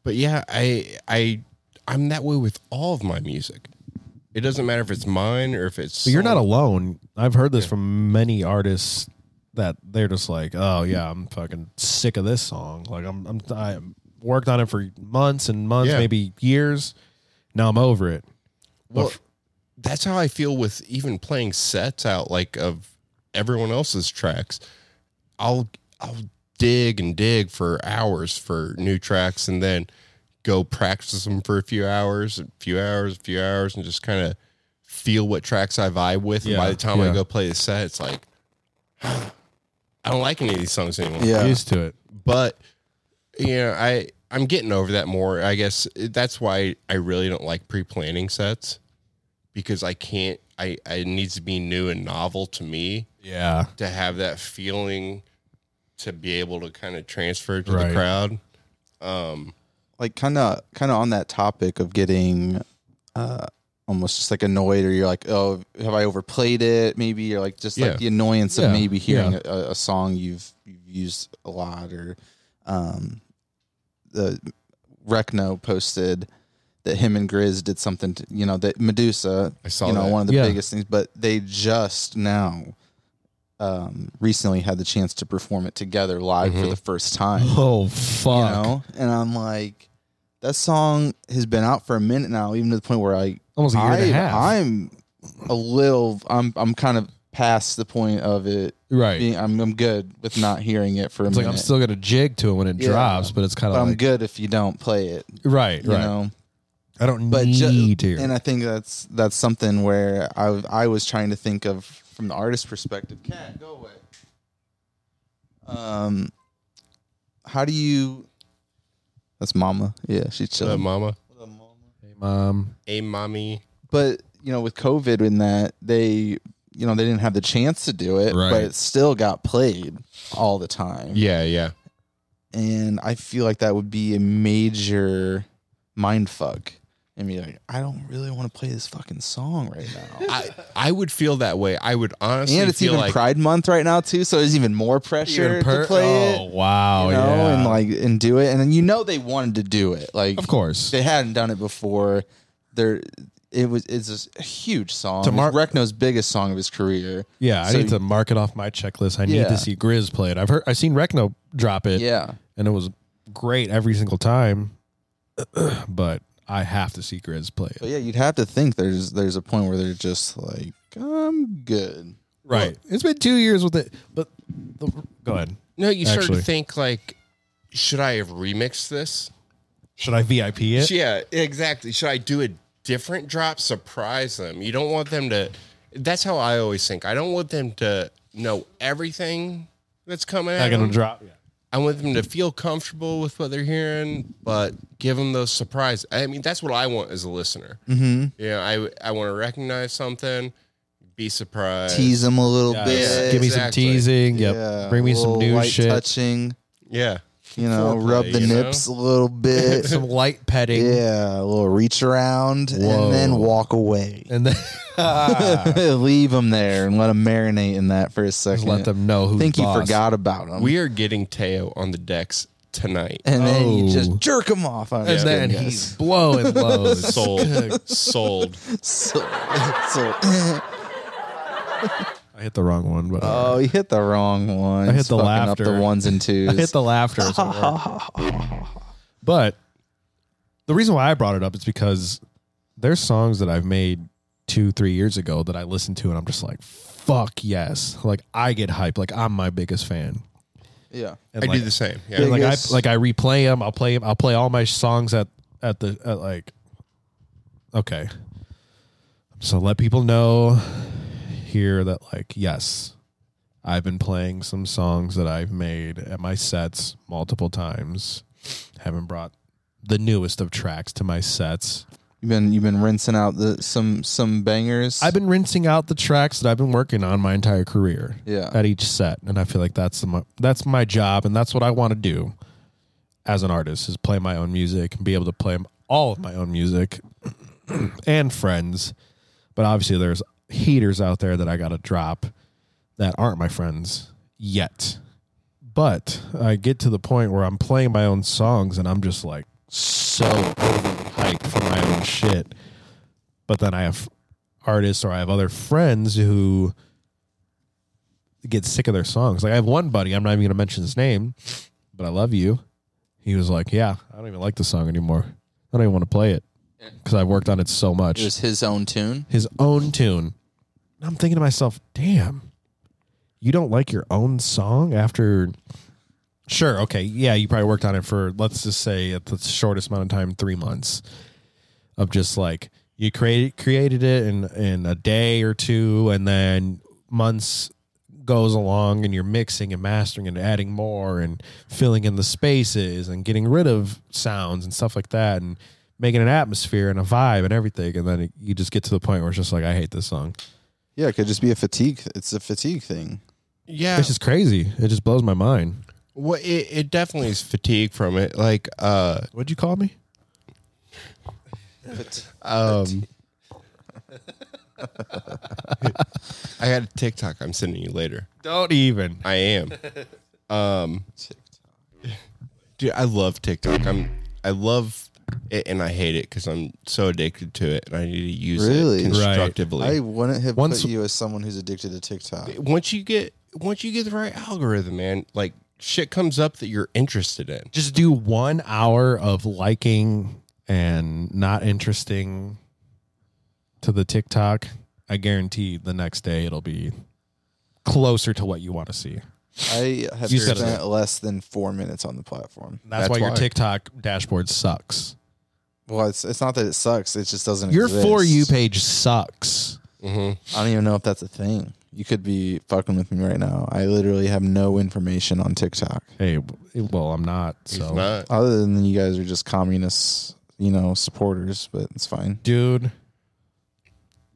Speaker 3: but yeah, I I I'm that way with all of my music. It doesn't matter if it's mine or if it's.
Speaker 2: But you're not
Speaker 3: someone-
Speaker 2: alone. I've heard this from many artists that they're just like, "Oh yeah, I'm fucking sick of this song. Like I'm I'm I worked on it for months and months,
Speaker 3: Yeah.
Speaker 2: maybe years. Now I'm over it." But
Speaker 3: Well,
Speaker 2: f-
Speaker 3: that's how I feel with even playing sets out like of everyone else's tracks. I'll I'll dig and dig for hours for new tracks and then go practice them for a few hours, a few hours, a few hours, and just kind of feel what tracks I vibe with. and by
Speaker 2: Yeah,
Speaker 3: the time
Speaker 2: yeah.
Speaker 3: I go play the set, it's like I don't like any of these songs anymore
Speaker 2: used to it.
Speaker 3: but you know i i'm getting over that more i guess that's why i really don't like pre-planning sets because i can't i, I it needs to be new and novel to me
Speaker 2: Yeah.
Speaker 3: to have that feeling to be able to kind of transfer to
Speaker 2: Right.
Speaker 3: the crowd um
Speaker 1: like kind of kind of on that topic of getting uh almost just like annoyed or you're like oh have i overplayed it maybe you're like just
Speaker 3: Yeah.
Speaker 1: like the annoyance
Speaker 2: Yeah,
Speaker 1: of maybe hearing a, a song you've, you've used a lot or um the Recno posted that him and Grizz did something to, you know that Medusa
Speaker 3: i saw
Speaker 1: you know
Speaker 3: that
Speaker 1: one of the
Speaker 2: Yeah.
Speaker 1: biggest things but they just now um recently had the chance to perform it together live for
Speaker 2: Mm-hmm.
Speaker 3: Mhm.
Speaker 1: the first time
Speaker 2: Oh fuck.
Speaker 1: you know? And I'm like, that song has been out for a minute now, even to the point where I,
Speaker 2: Almost a year
Speaker 1: I
Speaker 2: and a half.
Speaker 1: I'm a little, I'm, I'm kind of past the point of it
Speaker 2: Right.
Speaker 1: being. I'm, I'm good with not hearing it for a
Speaker 2: it's like
Speaker 1: minute.
Speaker 2: I'm still gonna jig to it when it
Speaker 1: Yeah.
Speaker 2: drops, but it's kind
Speaker 1: but
Speaker 2: of
Speaker 1: I'm
Speaker 2: like
Speaker 1: good if you don't play it.
Speaker 2: right,
Speaker 1: You
Speaker 2: right.
Speaker 1: know.
Speaker 2: I don't
Speaker 1: but
Speaker 2: need
Speaker 1: ju-
Speaker 2: to. hear
Speaker 1: and I think that's that's something where I I was trying to think of from the artist perspective. Cat, go away. Um, how do you? That's Mama. Yeah, she's
Speaker 3: Uh,
Speaker 1: chilling.
Speaker 3: mama.
Speaker 2: it. Mom,
Speaker 3: Hey, mommy.
Speaker 1: but you know, with COVID and that, they you know they didn't have the chance to do it,
Speaker 2: Right.
Speaker 1: but it still got played all the time.
Speaker 3: Yeah, yeah.
Speaker 1: and I feel like that would be a major mind fuck. And be like, I don't really want to play this fucking song right now.
Speaker 3: I, I would feel that way. I would honestly
Speaker 1: and it's
Speaker 3: feel
Speaker 1: even
Speaker 3: like
Speaker 1: Pride Month right now too, so there's even more pressure
Speaker 2: Even per-
Speaker 1: to play
Speaker 2: Oh
Speaker 1: it,
Speaker 2: wow,
Speaker 1: you know,
Speaker 2: yeah.
Speaker 1: and like and do it. And then you know they wanted to do it, like
Speaker 2: of course,
Speaker 1: they hadn't done it before. There, it was it's a huge song.
Speaker 2: To mark-
Speaker 1: it's Rekno's biggest song of his career.
Speaker 2: yeah. I
Speaker 1: so-
Speaker 2: need to mark it off my checklist. I need
Speaker 1: Yeah.
Speaker 2: to see Grizz play it. I've heard, I've seen Recno drop it,
Speaker 1: Yeah,
Speaker 2: and it was great every single time. but I have to see Grizz play it.
Speaker 1: but yeah, you'd have to think there's there's a point where they're just like, I'm good.
Speaker 2: Right. it's been two years with it, but the, go ahead.
Speaker 3: no, you start
Speaker 2: Actually.
Speaker 3: to think like, should I have remixed this?
Speaker 2: Should I VIP it?
Speaker 3: Yeah, exactly. Should I do a different drop? Surprise them. You don't want them to. That's how I always think. I don't want them to know everything that's coming.
Speaker 2: I
Speaker 3: At
Speaker 2: gonna
Speaker 3: them.
Speaker 2: drop.
Speaker 3: I want them to feel comfortable with what they're hearing, but give them those surprise. I mean, that's what I want as a listener.
Speaker 1: Mm-hmm.
Speaker 3: Yeah, I I want to recognize something, be surprised.
Speaker 1: Tease them a little
Speaker 2: Yeah,
Speaker 1: bit.
Speaker 2: give me some
Speaker 3: exactly.
Speaker 2: teasing. Yep.
Speaker 1: Yeah,
Speaker 2: Bring me
Speaker 1: a
Speaker 2: some
Speaker 1: little
Speaker 2: new
Speaker 1: light
Speaker 2: shit.
Speaker 1: Touching.
Speaker 3: Yeah,
Speaker 1: you know,
Speaker 3: Foreplay,
Speaker 1: rub the
Speaker 3: you know?
Speaker 1: nips a little bit.
Speaker 2: Some light petting.
Speaker 1: yeah, a little reach around
Speaker 2: Whoa.
Speaker 1: and then walk away.
Speaker 2: And then
Speaker 1: Leave them there and let them marinate in that for a
Speaker 2: just
Speaker 1: second.
Speaker 2: let them know who.
Speaker 1: think you
Speaker 2: boss.
Speaker 1: forgot about them.
Speaker 3: we are getting Teo on the decks tonight.
Speaker 1: and then you
Speaker 2: Oh.
Speaker 1: just jerk them off. I'm
Speaker 2: And
Speaker 1: just
Speaker 2: then
Speaker 1: kidding,
Speaker 2: he's blowing loads.
Speaker 3: Sold, sold.
Speaker 1: guys. So- so-
Speaker 2: I hit the wrong one, but
Speaker 1: oh, you hit the wrong one.
Speaker 2: I hit the
Speaker 1: up the
Speaker 2: laughter.
Speaker 1: ones and twos.
Speaker 2: I hit the laughter. as it were. but the reason why I brought it up is because there's songs that I've made two, three years ago that I listen to and I'm just like, fuck yes. Like I get hyped. Like I'm my biggest fan.
Speaker 1: yeah.
Speaker 2: And
Speaker 3: I
Speaker 2: like,
Speaker 3: do the same. Yeah.
Speaker 2: and like I
Speaker 1: Biggest-
Speaker 2: like I replay them. I'll play 'em- I'll play all my songs at at the at like. Okay. So let people know here that like yes, I've been playing some songs that I've made at my sets multiple times. Haven't brought the newest of tracks to my sets.
Speaker 1: You've been you've been rinsing out the some some bangers.
Speaker 2: I've been rinsing out the tracks that I've been working on my entire career.
Speaker 1: Yeah.
Speaker 2: At each set, and I feel like that's the, mo- that's my job, and that's what I want to do as an artist is play my own music and be able to play m- all of my own music and friends. But obviously, there's haters out there that I got to drop that aren't my friends yet. But I get to the point where I'm playing my own songs and I'm just like so hyped for my own shit. But then I have artists or I have other friends who get sick of their songs. Like I have one buddy, I'm not even going to mention his name, but I love you. He was like, "Yeah, I don't even like the song anymore. I don't even want to play it because I've worked on it so much."
Speaker 1: it was his own tune.
Speaker 2: his own tune. And I'm thinking to myself, damn, you don't like your own song after. Sure, okay, yeah, you probably worked on it for, let's just say, at the shortest amount of time, three months of just like you created created it in in a day or two, and then months goes along, and you're mixing and mastering and adding more and filling in the spaces and getting rid of sounds and stuff like that, and making an atmosphere and a vibe and everything, and then it, you just get to the point where it's just like I hate this song.
Speaker 1: Yeah, it could just be a fatigue. It's a fatigue thing.
Speaker 3: Yeah.
Speaker 2: It's just crazy. It just blows my mind.
Speaker 3: Well, it, it definitely is fatigue from it. Like, uh,
Speaker 2: What'd you call me?
Speaker 3: um, I got a TikTok I'm sending you later.
Speaker 2: Don't even.
Speaker 3: I am. Um, dude, I love TikTok. I'm, I love it and I hate it because I'm so addicted to it and I need to use
Speaker 1: Really?
Speaker 3: it
Speaker 1: Right.
Speaker 3: constructively.
Speaker 1: I wouldn't have
Speaker 2: Once-
Speaker 1: put you as someone who's addicted to TikTok.
Speaker 3: once you get, once you get the right algorithm, man, like shit comes up that you're interested in.
Speaker 2: Just do one hour of liking and not interesting to the TikTok. I guarantee the next day it'll be closer to what you want to see.
Speaker 1: I have
Speaker 2: You said it.
Speaker 1: spent less than four minutes on the platform.
Speaker 2: That's,
Speaker 3: That's
Speaker 2: why, your
Speaker 3: why.
Speaker 2: TikTok dashboard sucks.
Speaker 1: Well, it's it's not that it sucks. It just doesn't.
Speaker 2: Your
Speaker 1: exist.
Speaker 2: for you page sucks.
Speaker 1: I don't even know if that's a thing. You could be fucking with me right now. I literally have no information on TikTok
Speaker 2: Hey, well, I'm not. So,
Speaker 3: It's not.
Speaker 1: other than you guys are just communist, you know, supporters. But it's fine,
Speaker 2: dude,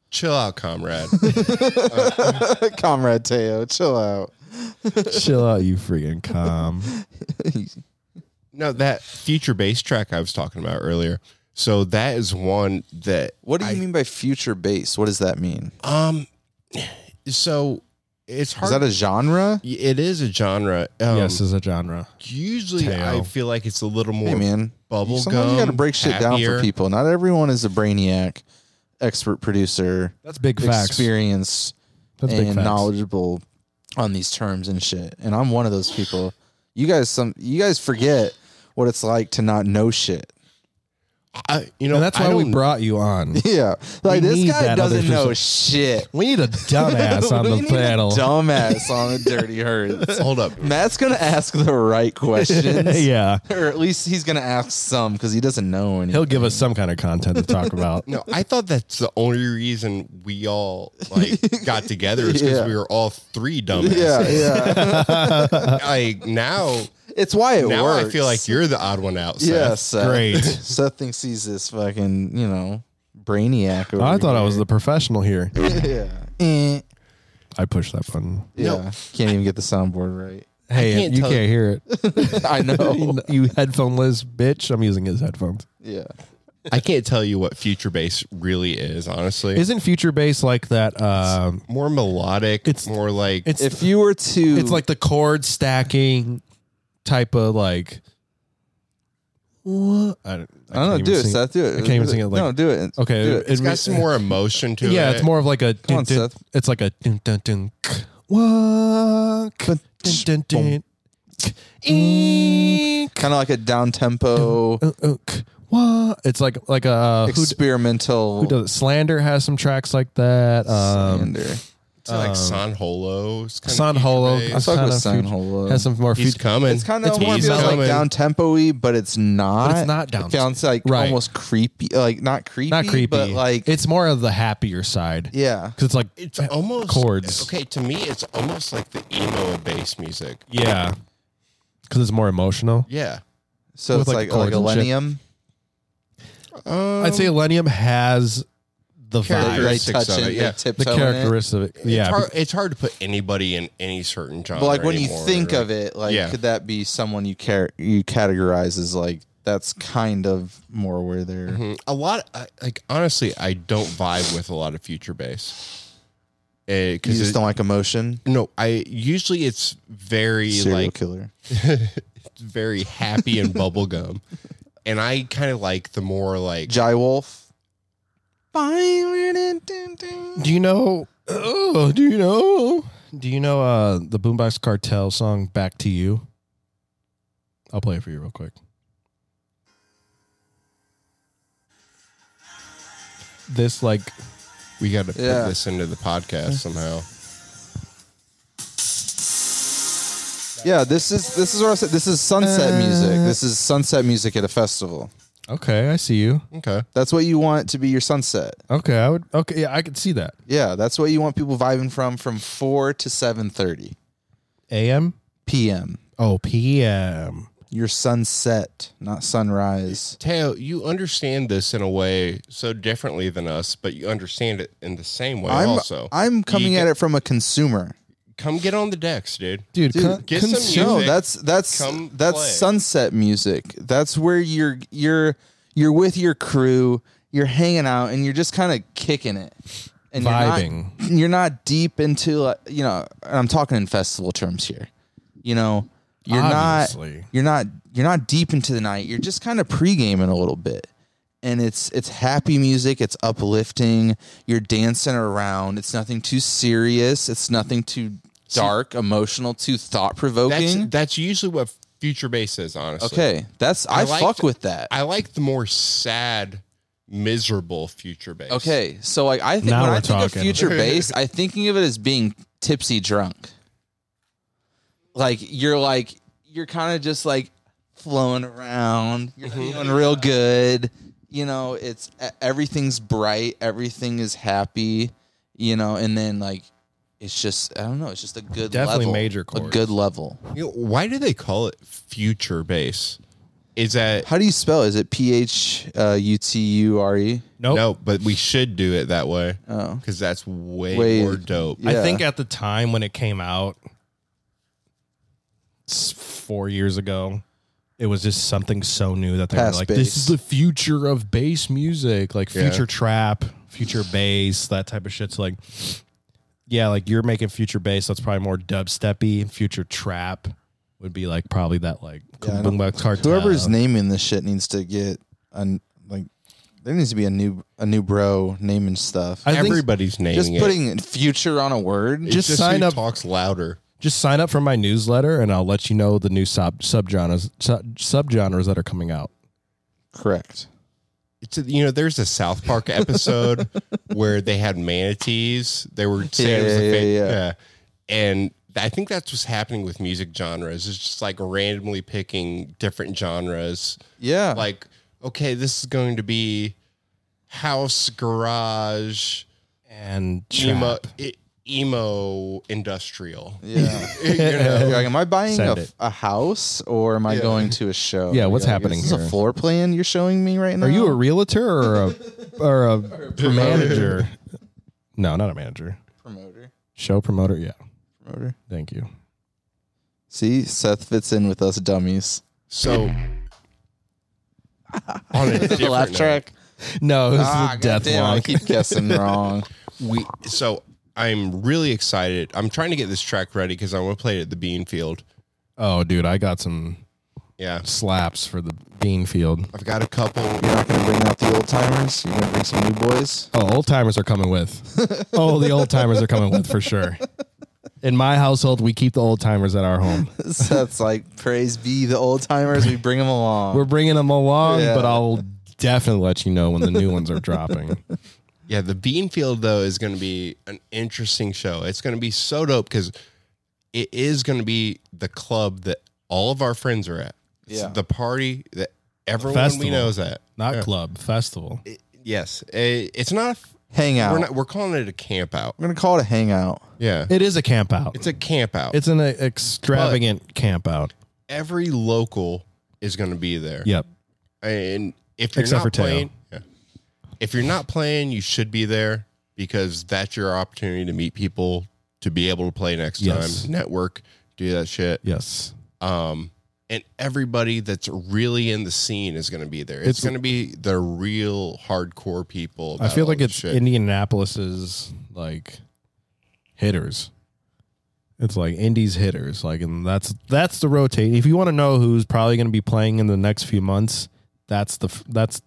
Speaker 3: Chill out, comrade.
Speaker 1: comrade Teo. Chill out.
Speaker 2: chill out, you freaking calm.
Speaker 3: no, that future bass track I was talking about earlier. So that is one that
Speaker 1: What do you
Speaker 3: I-
Speaker 1: mean by future base? What does that mean?
Speaker 3: um. So it's
Speaker 1: Is
Speaker 3: hard.
Speaker 1: that a genre?
Speaker 3: it is a genre. Um,
Speaker 2: yes, is a genre.
Speaker 3: Usually,
Speaker 2: Tale.
Speaker 3: I feel like it's a little more
Speaker 1: Hey man,
Speaker 3: bubble
Speaker 1: sometimes you got to
Speaker 3: gum,
Speaker 1: break shit down for
Speaker 3: happier.
Speaker 1: people. Not everyone is a brainiac, expert producer,
Speaker 2: That's big facts.
Speaker 1: experience,
Speaker 2: That's big
Speaker 1: and
Speaker 2: facts.
Speaker 1: knowledgeable on these terms and shit. And I'm one of those people. You guys, some you guys forget what it's like to not know shit.
Speaker 3: I, you know,
Speaker 2: And that's
Speaker 3: I
Speaker 2: why we
Speaker 3: don't-
Speaker 2: brought you on.
Speaker 1: Yeah, like
Speaker 2: We
Speaker 1: this
Speaker 2: need
Speaker 1: guy
Speaker 2: that other
Speaker 1: doesn't know
Speaker 2: perspective.
Speaker 1: shit.
Speaker 2: We need a dumbass on
Speaker 1: We
Speaker 2: the
Speaker 1: need a
Speaker 2: panel.
Speaker 1: dumbass on the dirty hurts.
Speaker 3: Hold up.
Speaker 1: Matt's gonna ask the right questions.
Speaker 2: yeah,
Speaker 1: Or at least he's gonna ask some because he doesn't know anything.
Speaker 2: he'll give us some kind of content to talk about.
Speaker 3: No, I thought that's the only reason we all like got together is because
Speaker 1: Yeah.
Speaker 3: we were all three dumbasses.
Speaker 1: yeah, yeah.
Speaker 3: Like now,
Speaker 1: it's why it
Speaker 3: now
Speaker 1: works.
Speaker 3: I feel like you're the odd one out. Seth.
Speaker 1: yeah, Seth.
Speaker 2: Great.
Speaker 1: Seth thinks he's this fucking you know brainiac. Over
Speaker 2: I thought I was the professional here.
Speaker 1: here. yeah. Eh.
Speaker 2: I pushed that button.
Speaker 1: Yeah.
Speaker 3: No.
Speaker 1: Can't even get the soundboard
Speaker 2: Hey,
Speaker 3: can't
Speaker 2: you
Speaker 3: tell- Oh.
Speaker 2: can't hear it.
Speaker 1: right. I know.
Speaker 2: you headphoneless bitch. I'm using his headphones.
Speaker 1: Yeah.
Speaker 3: I can't tell you what future bass really is. Honestly,
Speaker 2: Isn't future bass like that? Um,
Speaker 3: more melodic.
Speaker 2: It's-
Speaker 3: It's more like
Speaker 2: it's
Speaker 1: If you were to
Speaker 2: it's like the chord stacking type of like. What? I don't,
Speaker 1: I don't know,
Speaker 2: can't
Speaker 1: do
Speaker 2: even
Speaker 1: it,
Speaker 2: sing
Speaker 1: Seth. Do it.
Speaker 2: I can't even sing it like-
Speaker 1: No, do it.
Speaker 2: Okay,
Speaker 1: Do it.
Speaker 3: it's
Speaker 2: re-
Speaker 3: got some more emotion to it.
Speaker 2: yeah, it's more of like a.
Speaker 1: Come on,
Speaker 2: dun- dun-
Speaker 1: Seth.
Speaker 2: It's like a dun dun dun. k- Walk. Dun dun dun. k- Eek.
Speaker 1: Kind of like a down tempo
Speaker 2: Oh, oh, k- wa- It's like like a who, d-
Speaker 1: experimental
Speaker 2: who does it? Slander has some tracks like that. Um,
Speaker 1: sander.
Speaker 3: It's like San Holo. It's kind
Speaker 2: San
Speaker 3: of future
Speaker 2: Holo.
Speaker 3: bass.
Speaker 2: I
Speaker 1: I fuck
Speaker 2: kinda
Speaker 1: with San
Speaker 2: fut-
Speaker 1: Holo.
Speaker 2: has some more
Speaker 3: He's
Speaker 2: future.
Speaker 3: coming.
Speaker 1: It's kind of more
Speaker 3: he's
Speaker 1: feels like
Speaker 3: coming.
Speaker 1: down tempo-y, but it's not.
Speaker 2: But it's not
Speaker 1: It
Speaker 2: down-
Speaker 1: sounds like
Speaker 2: Right.
Speaker 1: almost creepy, like not creepy,
Speaker 2: Not creepy,
Speaker 1: but like
Speaker 2: it's more of the happier side.
Speaker 1: yeah.
Speaker 2: because it's like
Speaker 3: It's almost
Speaker 2: chords.
Speaker 3: Okay, to me, it's almost like the emo of bass music.
Speaker 2: Yeah, because it's more emotional.
Speaker 3: Yeah.
Speaker 1: So it's
Speaker 2: with, like,
Speaker 1: like oh, like
Speaker 2: chords and shit.
Speaker 1: Millennium.
Speaker 3: Um,
Speaker 2: I'd say Millennium has the
Speaker 1: They,
Speaker 3: Character-
Speaker 2: vibe,
Speaker 1: they touch
Speaker 3: Characteristics of
Speaker 1: it,
Speaker 3: it,
Speaker 1: they
Speaker 3: yeah. The
Speaker 2: the
Speaker 1: tiptoe in it.
Speaker 2: characteristics of it.
Speaker 3: It's
Speaker 2: Yeah,
Speaker 3: hard, it's hard to put anybody in any certain genre.
Speaker 1: But like when
Speaker 3: anymore,
Speaker 1: you think
Speaker 3: right?
Speaker 1: of it, like
Speaker 3: Yeah.
Speaker 1: could that be someone you care you categorize as like that's kind of more where they're
Speaker 3: Mhm. a lot, I, like honestly, I don't vibe with a lot of future bass.
Speaker 1: you
Speaker 3: Because
Speaker 1: just don't like emotion.
Speaker 3: no, I usually it's very
Speaker 1: Serial
Speaker 3: like
Speaker 1: killer.
Speaker 3: very happy and bubblegum, and I kind of like the more like
Speaker 1: Jai Wolf.
Speaker 2: Do you know? Oh, do you know? Do you know uh, the Boombox Cartel song "Back to You"? I'll play it for you real quick. This like
Speaker 3: we got to put
Speaker 1: Yeah.
Speaker 3: this into the podcast somehow.
Speaker 1: Yeah, this is this is what I said. This is sunset music. This is sunset music at a festival.
Speaker 2: okay, I see you.
Speaker 3: Okay,
Speaker 1: That's what you want to be your sunset.
Speaker 2: Okay, I would. Okay, yeah, I could see that.
Speaker 1: Yeah, that's what you want people vibing from from four to seven thirty
Speaker 2: A.M.
Speaker 1: p.m.
Speaker 2: Oh, P.M.
Speaker 1: Your sunset, not sunrise.
Speaker 3: Tao, you understand this in a way so differently than us, but you understand it in the same way.
Speaker 1: I'm
Speaker 3: also,
Speaker 1: I'm coming
Speaker 3: You
Speaker 1: at it from a consumer.
Speaker 3: come get on the decks, dude.
Speaker 2: Dude,
Speaker 1: Dude,
Speaker 2: con-
Speaker 3: get some
Speaker 2: cons-
Speaker 3: music.
Speaker 1: No, that's that's
Speaker 3: Come
Speaker 1: that's
Speaker 3: play.
Speaker 1: sunset music. That's where you're you're you're with your crew, you're hanging out, and you're just kind of kicking it, and
Speaker 2: Vibing.
Speaker 1: You're not, you're not deep into uh, you know. And I'm talking in festival terms here. You know, you're
Speaker 2: Obviously.
Speaker 1: not you're not you're not deep into the night. You're just kind of pre-gaming a little bit. And it's it's happy music, it's uplifting, you're dancing around. It's nothing too serious, it's nothing too dark, emotional, too
Speaker 3: That's
Speaker 1: thought-provoking.
Speaker 3: that's usually what future bass is, honestly.
Speaker 1: okay, that's I,
Speaker 3: I liked-
Speaker 1: fuck with that.
Speaker 3: I like the more sad, miserable future bass.
Speaker 1: okay, so like I think
Speaker 2: Now
Speaker 1: when
Speaker 2: we're
Speaker 1: I think of
Speaker 2: talking.
Speaker 1: future bass, I'm thinking of it as being tipsy drunk. Like you're like you're kind of just like flowing around. You're feeling real good. You know, it's e- everything's bright, everything is happy, you know, and then like it's just I don't know, it's just a good
Speaker 2: Definitely
Speaker 1: level.
Speaker 2: major
Speaker 1: a
Speaker 2: chords.
Speaker 1: good level.
Speaker 3: You know, why do they call it future bass? Is that
Speaker 1: How do you spell? it? Is it P H uh, U T U R E?
Speaker 2: Nope.
Speaker 3: no? But we should do it that way
Speaker 1: Oh.
Speaker 3: because that's way,
Speaker 1: Way-
Speaker 3: more dope.
Speaker 1: yeah.
Speaker 2: I think at the time when it came out, s- four years ago, it was just something so new that they
Speaker 1: Past
Speaker 2: were like,
Speaker 1: bass.
Speaker 2: "This is the future of bass music, like
Speaker 3: Yeah.
Speaker 2: future trap, future bass, that type of shit." So like, yeah, like you're making future bass, that's probably more dubsteppy. Future trap would be like probably that like
Speaker 1: Yeah, I
Speaker 2: boom box cartel.
Speaker 1: Whoever's naming this shit needs to get an like there needs to be a new a new bro naming stuff.
Speaker 2: I think-
Speaker 3: Everybody's
Speaker 1: just
Speaker 3: naming it.
Speaker 1: putting future on a word.
Speaker 3: It's
Speaker 2: just sign
Speaker 3: who
Speaker 2: up-
Speaker 3: Talks louder.
Speaker 2: just sign up for my newsletter, and I'll let you know the new sub subgenres sub, subgenres that are coming out.
Speaker 1: correct.
Speaker 3: It's a, you know, there's a South Park episode where they had manatees. They were saying it was
Speaker 1: Yeah,
Speaker 3: a
Speaker 1: yeah,
Speaker 3: fake-
Speaker 1: yeah.
Speaker 3: and I think that's what's happening with music genres. It's just like randomly picking different genres.
Speaker 1: Yeah.
Speaker 3: Like, okay, this is going to be house, garage,
Speaker 2: And
Speaker 3: emo,
Speaker 2: trap.
Speaker 3: e- emo, industrial.
Speaker 1: yeah.
Speaker 3: You know?
Speaker 1: You're like, am I buying
Speaker 2: Send
Speaker 1: a,
Speaker 2: it.
Speaker 1: a house or am I
Speaker 3: Yeah.
Speaker 1: going to a show?
Speaker 2: Yeah, what's
Speaker 1: You're like,
Speaker 2: happening
Speaker 1: Is this
Speaker 2: here?
Speaker 1: a floor plan you're showing me right now?
Speaker 2: Are you a realtor or a or a manager? No, not a manager.
Speaker 1: promoter?
Speaker 2: Show promoter. Yeah,
Speaker 1: Promoter.
Speaker 2: thank you.
Speaker 1: See, Seth fits in with us dummies.
Speaker 3: So, on a
Speaker 1: The
Speaker 3: different
Speaker 1: laugh
Speaker 3: note,
Speaker 1: track.
Speaker 2: No, this
Speaker 1: Ah,
Speaker 2: is a death
Speaker 1: goddamn, I
Speaker 2: walk.
Speaker 1: keep guessing wrong.
Speaker 3: we so I'm really excited. I'm trying to get this track ready because I want to play it at the Bean Field.
Speaker 2: Oh, dude, I got some
Speaker 3: Yeah,
Speaker 2: slaps for the bean field.
Speaker 3: I've got a couple.
Speaker 1: You're not gonna bring out the old timers. You're gonna bring some new boys.
Speaker 2: Oh, old timers are coming with. Oh, the old timers are coming with for sure. In my household, we keep the old timers at our home.
Speaker 1: Seth's like, praise be the old timers. We bring them along.
Speaker 2: We're bringing them along,
Speaker 1: Yeah.
Speaker 2: but I'll definitely let you know when the new ones are dropping.
Speaker 3: Yeah, the Bean Field though is going to be an interesting show. It's going to be so dope because it is going to be the club that all of our friends are at. It's
Speaker 1: Yeah.
Speaker 3: the party that everyone
Speaker 2: festival.
Speaker 3: we knows at.
Speaker 2: Not
Speaker 3: Yeah.
Speaker 2: club festival.
Speaker 3: It- yes, it, it's not. a-
Speaker 1: hangout.
Speaker 3: We're
Speaker 1: We're,
Speaker 3: not. We're calling it a camp out.
Speaker 1: gonna call it a hangout.
Speaker 3: Yeah,
Speaker 2: It is a camp out.
Speaker 3: it's a camp out.
Speaker 2: It's an uh, extravagant camp out.
Speaker 3: every local is going to be there.
Speaker 2: Yep.
Speaker 3: and if you're
Speaker 2: Except
Speaker 3: not
Speaker 2: for Teo.
Speaker 3: playing, yeah. if you're not playing, you should be there because that's your opportunity to meet people, to be able to play next
Speaker 2: Yes.
Speaker 3: time, network, do that shit.
Speaker 2: Yes.
Speaker 3: Um, and everybody that's really in the scene is going to be there. It's,
Speaker 2: It's-
Speaker 3: going to be the real hardcore people.
Speaker 2: I
Speaker 3: about
Speaker 2: feel
Speaker 3: all
Speaker 2: like
Speaker 3: this
Speaker 2: it's
Speaker 3: shit.
Speaker 2: Indianapolis's like hitters. It's like Indy's hitters, like, and that's that's the rotate. If you want to know who's probably going to be playing in the next few months, that's the f- that's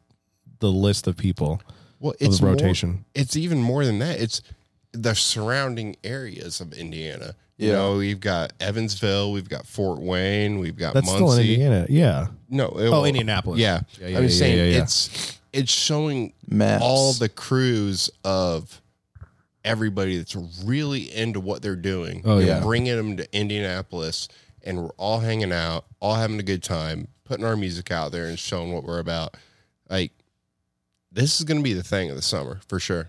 Speaker 2: the list of people
Speaker 3: well,
Speaker 2: of
Speaker 3: it's
Speaker 2: the
Speaker 3: more-
Speaker 2: rotation.
Speaker 3: it's even more than that. It's the surrounding areas of Indiana. You
Speaker 1: Yeah.
Speaker 3: know, we've got Evansville, we've got Fort Wayne, we've got
Speaker 2: That's
Speaker 3: Muncie.
Speaker 2: still in Indiana, yeah.
Speaker 3: No, it
Speaker 2: Oh,
Speaker 3: will-
Speaker 2: Indianapolis.
Speaker 3: Yeah,
Speaker 2: Yeah, yeah,
Speaker 3: I'm
Speaker 2: yeah,
Speaker 3: saying
Speaker 2: yeah, yeah.
Speaker 3: it's it's showing
Speaker 1: Maps.
Speaker 3: all the crews of everybody that's really into what they're doing.
Speaker 2: Oh,
Speaker 3: You're
Speaker 2: yeah.
Speaker 3: bringing them to Indianapolis, and we're all hanging out, all having a good time, putting our music out there and showing what we're about. Like this is going to be the thing of the summer for sure.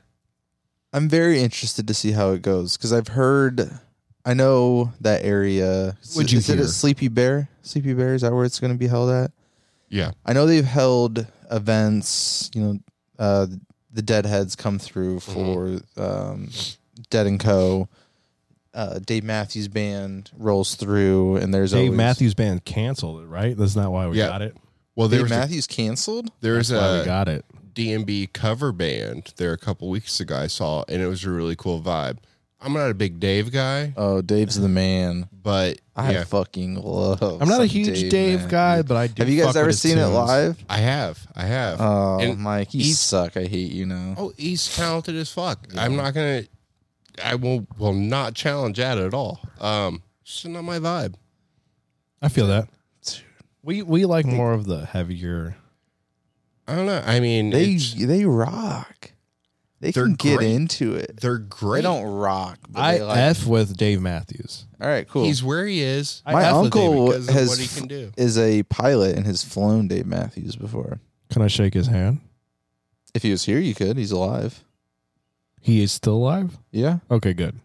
Speaker 1: I'm very interested to see how it goes because I've heard. I know that area.
Speaker 2: What'd you
Speaker 1: is it
Speaker 2: hear?
Speaker 1: at Sleepy Bear? Sleepy Bear is that where it's going to be held at?
Speaker 3: Yeah,
Speaker 1: I know they've held events. You know, uh, the Deadheads come through for um, Dead and Co. Uh, Dave Matthews Band rolls through, and there's
Speaker 2: Dave
Speaker 1: always,
Speaker 2: Matthews Band canceled it, right? That's not why we
Speaker 3: Yeah.
Speaker 2: got it.
Speaker 3: well,
Speaker 1: Dave
Speaker 3: there's a,
Speaker 1: Matthews canceled.
Speaker 3: there's
Speaker 2: That's why we
Speaker 3: a
Speaker 2: got it.
Speaker 3: DMB cover band there a couple weeks ago I saw, and it was a really cool vibe. I'm not a big Dave guy,
Speaker 1: Oh, Dave's the man.
Speaker 3: but
Speaker 1: I
Speaker 3: yeah,
Speaker 1: fucking love.
Speaker 2: I'm not
Speaker 1: some
Speaker 2: a huge Dave,
Speaker 1: man.
Speaker 2: guy, but I do.
Speaker 1: Have you
Speaker 2: fuck
Speaker 1: guys
Speaker 2: with
Speaker 1: ever
Speaker 2: his
Speaker 1: seen it
Speaker 2: tunes.
Speaker 1: live?
Speaker 3: I have, I have.
Speaker 1: Oh,
Speaker 3: And
Speaker 1: Mike, you
Speaker 3: he's-
Speaker 1: suck. I hate you now.
Speaker 3: Oh, he's talented as fuck. I'm not gonna. I will will not challenge that at all. Um, it's just not my vibe.
Speaker 2: I feel that. We we like more of the heavier.
Speaker 3: I don't know. I mean,
Speaker 1: They
Speaker 3: it's-
Speaker 1: they rock. They
Speaker 3: They're
Speaker 1: can get
Speaker 3: great.
Speaker 1: into it.
Speaker 3: They're great.
Speaker 1: They don't rock, but
Speaker 2: I
Speaker 1: they like.
Speaker 2: f with Dave Matthews.
Speaker 1: all right, cool.
Speaker 3: He's where he is.
Speaker 2: I
Speaker 1: My
Speaker 2: F with Dave
Speaker 1: uncle
Speaker 3: because of
Speaker 1: has
Speaker 3: what he
Speaker 1: f-
Speaker 3: can do.
Speaker 1: is a pilot and has flown Dave Matthews before.
Speaker 2: Can I shake his hand?
Speaker 1: If he was here, you could. He's alive.
Speaker 2: He is still alive.
Speaker 1: Yeah,
Speaker 2: Okay, good.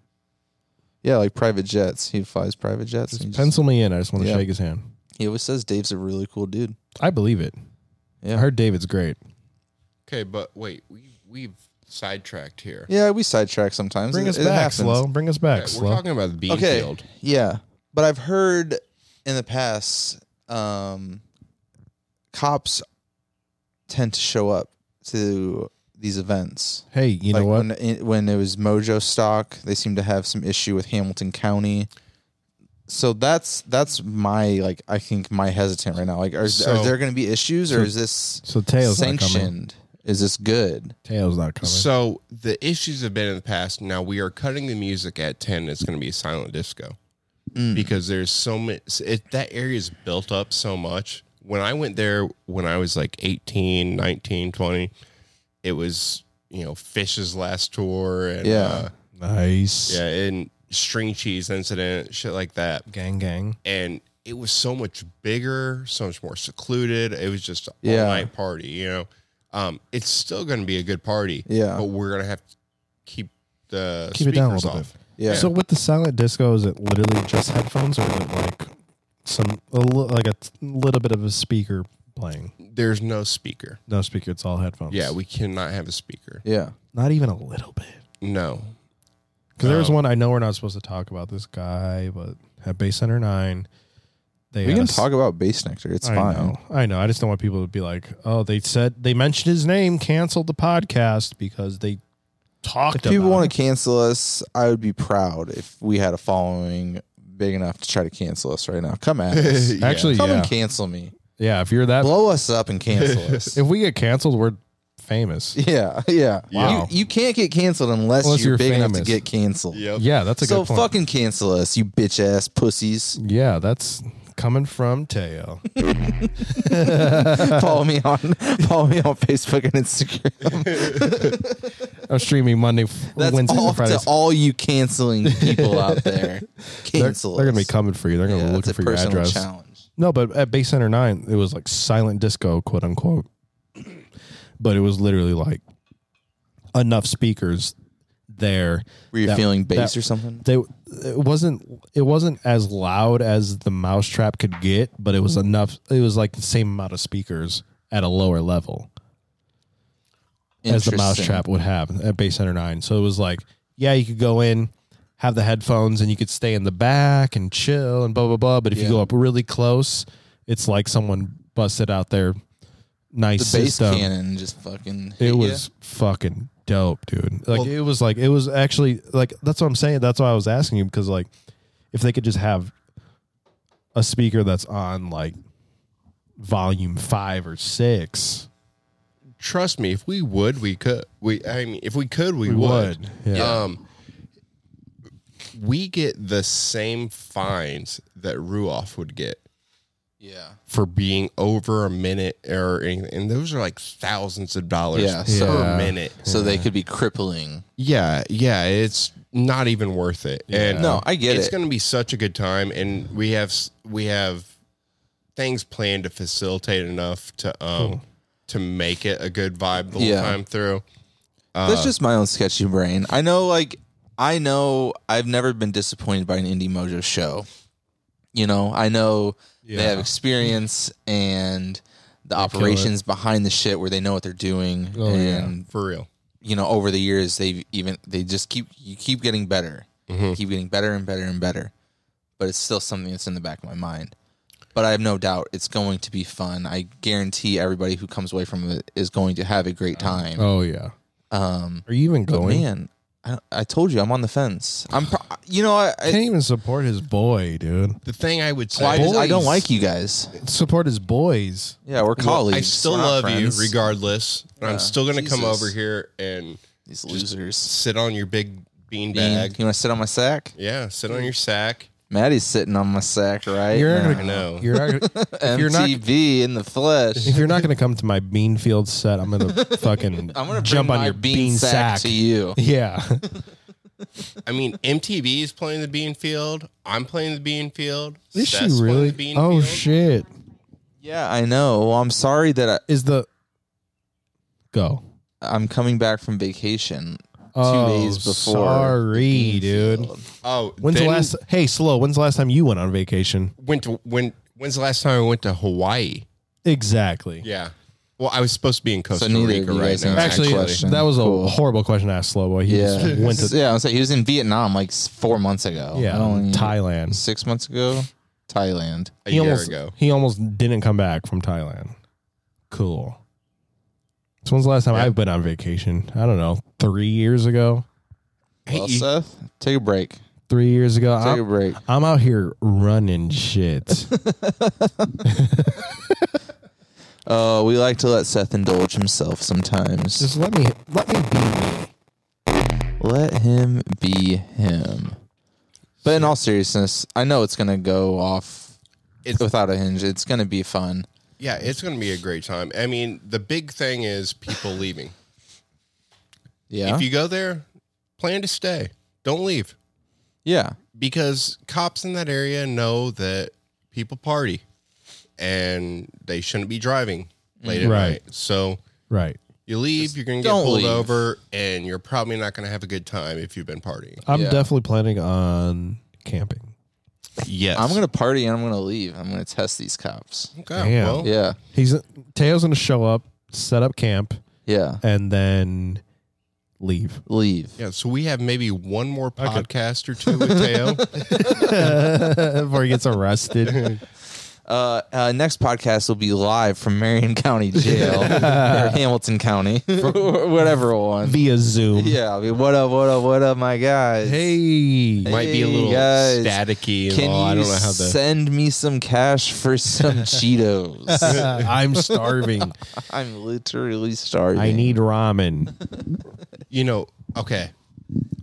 Speaker 1: yeah, like private jets. He flies private jets.
Speaker 2: Just
Speaker 1: and he, just-
Speaker 2: pencil me in. I just want to
Speaker 1: Yeah.
Speaker 2: shake his hand.
Speaker 1: he always says Dave's a really cool dude.
Speaker 2: I believe it.
Speaker 1: Yeah.
Speaker 2: I heard David's great.
Speaker 3: Okay, but wait, we we've sidetracked here.
Speaker 1: Yeah, we sidetrack sometimes.
Speaker 2: Bring
Speaker 1: It-
Speaker 2: us
Speaker 1: it
Speaker 2: back,
Speaker 1: happens.
Speaker 2: slow. Bring us back,
Speaker 3: Okay,
Speaker 2: slow.
Speaker 3: we're talking about the bean
Speaker 1: Okay.
Speaker 3: field.
Speaker 1: Yeah, but I've heard in the past, um, cops tend to show up to these events.
Speaker 2: hey, you know
Speaker 1: Like,
Speaker 2: what?
Speaker 1: When it, when it was Mojo stock, they seemed to have some issue with Hamilton County. So that's that's my like I think my hesitant right now. Like, are,
Speaker 3: So-
Speaker 1: are there going to be issues, or is this
Speaker 2: so Tails not coming.
Speaker 1: sanctioned? Is this good?
Speaker 2: Tails not coming.
Speaker 3: So the issues have been in the past. Now we are cutting the music at ten. It's going to be silent disco
Speaker 1: Mm.
Speaker 3: because there's so much. It, that area's built up so much. When I went there when I was like 18, 19, 20, it was you know Fish's last tour and
Speaker 1: Yeah.
Speaker 3: uh,
Speaker 2: nice.
Speaker 3: yeah, and string cheese incident, shit like that.
Speaker 2: Gang, gang.
Speaker 3: And it was so much bigger, so much more secluded. It was just an
Speaker 1: Yeah.
Speaker 3: all night party, you know. Um, it's still going to be a good party,
Speaker 1: Yeah.
Speaker 2: Oh,
Speaker 3: but we're going to have to keep the
Speaker 2: Keep it down a
Speaker 3: speakers
Speaker 2: little
Speaker 3: off.
Speaker 2: bit.
Speaker 1: Yeah.
Speaker 2: So with the silent disco, is it literally just headphones, or is it like some a li- like a t- little bit of a speaker playing?
Speaker 3: There's no speaker.
Speaker 2: No speaker. It's all headphones.
Speaker 3: Yeah, we cannot have a speaker.
Speaker 1: Yeah.
Speaker 2: not even a little bit.
Speaker 3: No.
Speaker 2: Because there was
Speaker 3: Um,
Speaker 2: one I know we're not supposed to talk about this guy, but at Base Center Nine, they
Speaker 1: We
Speaker 2: had
Speaker 1: can
Speaker 2: a s-
Speaker 1: talk about base nectar. It's
Speaker 2: I
Speaker 1: fine.
Speaker 2: know, I know. I just don't want people to be like, "Oh, they said they mentioned his name, canceled the podcast because they talked."
Speaker 1: If people
Speaker 2: about
Speaker 1: want
Speaker 2: it."
Speaker 1: to cancel us, I would be proud if we had a following big enough to try to cancel us right now. Come at us.
Speaker 3: Yeah.
Speaker 2: actually,
Speaker 1: Come
Speaker 2: yeah,
Speaker 1: and cancel me.
Speaker 2: yeah. If you're that,
Speaker 1: Blow us up and cancel us.
Speaker 2: if we get canceled, we're famous.
Speaker 1: yeah, yeah.
Speaker 2: Wow.
Speaker 1: You, you can't get canceled unless,
Speaker 2: Unless
Speaker 1: you're,
Speaker 2: you're
Speaker 1: big enough to
Speaker 2: famous.
Speaker 1: get canceled.
Speaker 2: Yeah, that's a
Speaker 1: so
Speaker 2: good point.
Speaker 1: fucking cancel us, you bitch ass pussies.
Speaker 2: yeah, that's coming from Teo.
Speaker 1: follow me on follow me on Facebook and Instagram.
Speaker 2: I'm streaming Monday, f-
Speaker 1: That's
Speaker 2: Wednesday,
Speaker 1: all
Speaker 2: and Fridays.
Speaker 1: to all you canceling people out there.
Speaker 2: they're
Speaker 1: Cancel
Speaker 2: they're gonna be
Speaker 1: us.
Speaker 2: coming for you. They're gonna
Speaker 1: yeah,
Speaker 2: be
Speaker 1: that's
Speaker 2: looking
Speaker 1: a
Speaker 2: for your
Speaker 1: personal
Speaker 2: address.
Speaker 1: challenge.
Speaker 2: No, but at Base Center Nine, it was like silent disco, quote unquote. But it was literally like enough speakers there.
Speaker 1: Were you
Speaker 2: that-
Speaker 1: feeling bass
Speaker 2: that-
Speaker 1: or something?
Speaker 2: They it wasn't it wasn't as loud as the mousetrap could get, but it was enough. It was like the same amount of speakers at a lower level as the
Speaker 1: Interesting.
Speaker 2: mousetrap would have at Base Center Nine. So it was like, yeah, you could go in, have the headphones, and you could stay in the back and chill and blah blah blah. But if
Speaker 1: Yeah.
Speaker 2: you go up really close, it's like someone busted out their nice
Speaker 1: the bass
Speaker 2: system.
Speaker 1: cannon just fucking. hit
Speaker 2: It
Speaker 1: ya.
Speaker 2: was fucking dope, dude. Like it was like it was actually like that's what I'm saying. That's why I was asking you because like if they could just have a speaker that's on like volume five or six,
Speaker 3: Trust me, if we would, we could. We I mean, if we could, we,
Speaker 2: we
Speaker 3: would.
Speaker 2: would. Yeah.
Speaker 3: Um, we get the same fines that Ruoff would get
Speaker 1: Yeah.
Speaker 3: for being over a minute or anything. And those are like thousands of dollars
Speaker 1: Yeah,
Speaker 3: per
Speaker 1: so-
Speaker 2: Yeah.
Speaker 3: minute.
Speaker 1: So they could be crippling.
Speaker 3: Yeah, yeah, it's not even worth it. And
Speaker 1: No, I get
Speaker 3: it's
Speaker 1: it.
Speaker 3: going to be such a good time and we have s- we have things planned to facilitate enough to um to make it a good vibe the whole
Speaker 1: Hmm. Yeah.
Speaker 3: time through.
Speaker 1: That's just my own sketchy brain. I know, like, I know I've never been disappointed by an Indie Mojo show. You know, I know they have experience and the operations behind the shit where they know what they're doing.
Speaker 2: Oh, yeah.
Speaker 1: and,
Speaker 3: For real.
Speaker 1: you know, over the years, they've even, they just keep, you keep getting better.
Speaker 2: Mm-hmm.
Speaker 1: You keep getting better and better and better. But it's still something that's in the back of my mind. But I have no doubt it's going to be fun. I guarantee everybody who comes away from it is going to have a great time.
Speaker 2: Oh yeah.
Speaker 1: Um,
Speaker 2: Are you even
Speaker 1: but
Speaker 2: going?
Speaker 1: man, I, I told you I'm on the fence. I'm, pro- you know, I I,
Speaker 2: Can't even support his boy, dude.
Speaker 3: The thing I would say
Speaker 1: why does- I don't
Speaker 2: boys.
Speaker 1: like you guys.
Speaker 2: Support his boys.
Speaker 1: Yeah, we're colleagues.
Speaker 3: I still
Speaker 1: We're not
Speaker 3: love
Speaker 1: friends.
Speaker 3: you regardless. And
Speaker 1: Yeah.
Speaker 3: I'm still going to come
Speaker 1: Jesus.
Speaker 3: over here and
Speaker 1: These losers.
Speaker 3: sit on your big bean
Speaker 1: Bean,
Speaker 3: bag.
Speaker 1: you want to sit on my sack?
Speaker 3: Yeah, sit on your sack.
Speaker 1: Maddie's sitting on my sack right
Speaker 2: You're not
Speaker 1: now.
Speaker 3: I know.
Speaker 2: You're not, gonna- if you're not
Speaker 1: MTV in the flesh.
Speaker 2: if you're not going to come to my bean field set, I'm going to fucking
Speaker 1: I'm gonna
Speaker 2: jump
Speaker 1: bring
Speaker 2: on
Speaker 1: my
Speaker 2: your
Speaker 1: bean, sack, to you.
Speaker 2: Yeah,
Speaker 3: I mean, MTV is playing the bean field. I'm playing the bean field.
Speaker 2: is she
Speaker 3: Seth's playing
Speaker 2: really?
Speaker 3: the bean
Speaker 2: Oh
Speaker 3: field.
Speaker 2: shit!
Speaker 1: Yeah, I know. Well, I'm sorry that I,
Speaker 2: Is the go
Speaker 1: I'm coming back from vacation.
Speaker 2: oh,
Speaker 1: days before
Speaker 2: Sorry, dude.
Speaker 3: Oh,
Speaker 2: When's
Speaker 3: then
Speaker 2: the last? Hey, slow. When's the last time you went on vacation?
Speaker 3: Went to when? When's the last time I went to Hawaii?
Speaker 2: Exactly.
Speaker 3: Yeah. Well, I was supposed to be in Costa
Speaker 1: neither
Speaker 3: Rica
Speaker 1: of you
Speaker 3: right
Speaker 1: guys
Speaker 3: now.
Speaker 1: answered
Speaker 2: Actually,
Speaker 1: Good
Speaker 2: uh,
Speaker 1: question.
Speaker 2: that was a
Speaker 1: Cool.
Speaker 2: horrible question to ask Slobo. He
Speaker 1: Yeah,
Speaker 2: just went to
Speaker 1: yeah. I was like, he was in Vietnam like s- four months ago.
Speaker 2: yeah
Speaker 1: Only
Speaker 2: Thailand.
Speaker 1: six months ago, Thailand.
Speaker 3: a
Speaker 2: He
Speaker 3: year
Speaker 2: almost
Speaker 3: ago.
Speaker 2: he almost didn't come back from Thailand. Cool. So when's the last time I've been on vacation? I don't know. Three years ago.
Speaker 1: Well,
Speaker 3: you-
Speaker 1: Seth, take a break.
Speaker 2: Three years ago.
Speaker 1: Take a
Speaker 2: I'm,
Speaker 1: break.
Speaker 2: I'm out here running shit.
Speaker 1: Oh, we like to let Seth indulge himself sometimes.
Speaker 2: just let me let me be me.
Speaker 1: Let him be him. But in all seriousness, I know it's gonna go off
Speaker 3: It's-
Speaker 1: without a hinge. It's gonna be fun.
Speaker 3: Yeah, it's going to be a great time. I mean, the big thing is people leaving.
Speaker 1: Yeah.
Speaker 3: If you go there, plan to stay. Don't leave
Speaker 1: yeah.
Speaker 3: because cops in that area know that people party and they shouldn't be driving late at
Speaker 2: Right.
Speaker 3: night. So
Speaker 2: Right.
Speaker 3: you leave, you're going to get
Speaker 1: don't
Speaker 3: pulled
Speaker 1: leave.
Speaker 3: over, and you're probably not going to have a good time if you've been partying.
Speaker 2: I'm
Speaker 1: Yeah.
Speaker 2: definitely planning on camping.
Speaker 3: Yes.
Speaker 1: I'm gonna party and I'm gonna leave. I'm gonna test these cops.
Speaker 3: Okay,
Speaker 2: Damn.
Speaker 3: well,
Speaker 1: Yeah.
Speaker 2: He's Teo's gonna show up, set up camp,
Speaker 1: Yeah.
Speaker 2: and then leave.
Speaker 1: Leave.
Speaker 3: yeah, so we have maybe one more podcast or two with Teo.
Speaker 2: before he gets arrested.
Speaker 1: Uh, uh, next podcast will be live from Marion County Jail or Hamilton County, or whatever one.
Speaker 2: via Zoom.
Speaker 1: Yeah. I mean, what up? What up? What up, my guys?
Speaker 2: Hey.
Speaker 3: Might be
Speaker 1: Hey,
Speaker 3: a little
Speaker 1: guys.
Speaker 3: staticky. and
Speaker 1: Can
Speaker 3: all. I
Speaker 1: you
Speaker 3: don't know how the
Speaker 1: send me some cash for some Cheetos?
Speaker 2: I'm starving.
Speaker 1: I'm literally starving.
Speaker 2: I need ramen.
Speaker 3: you know, okay.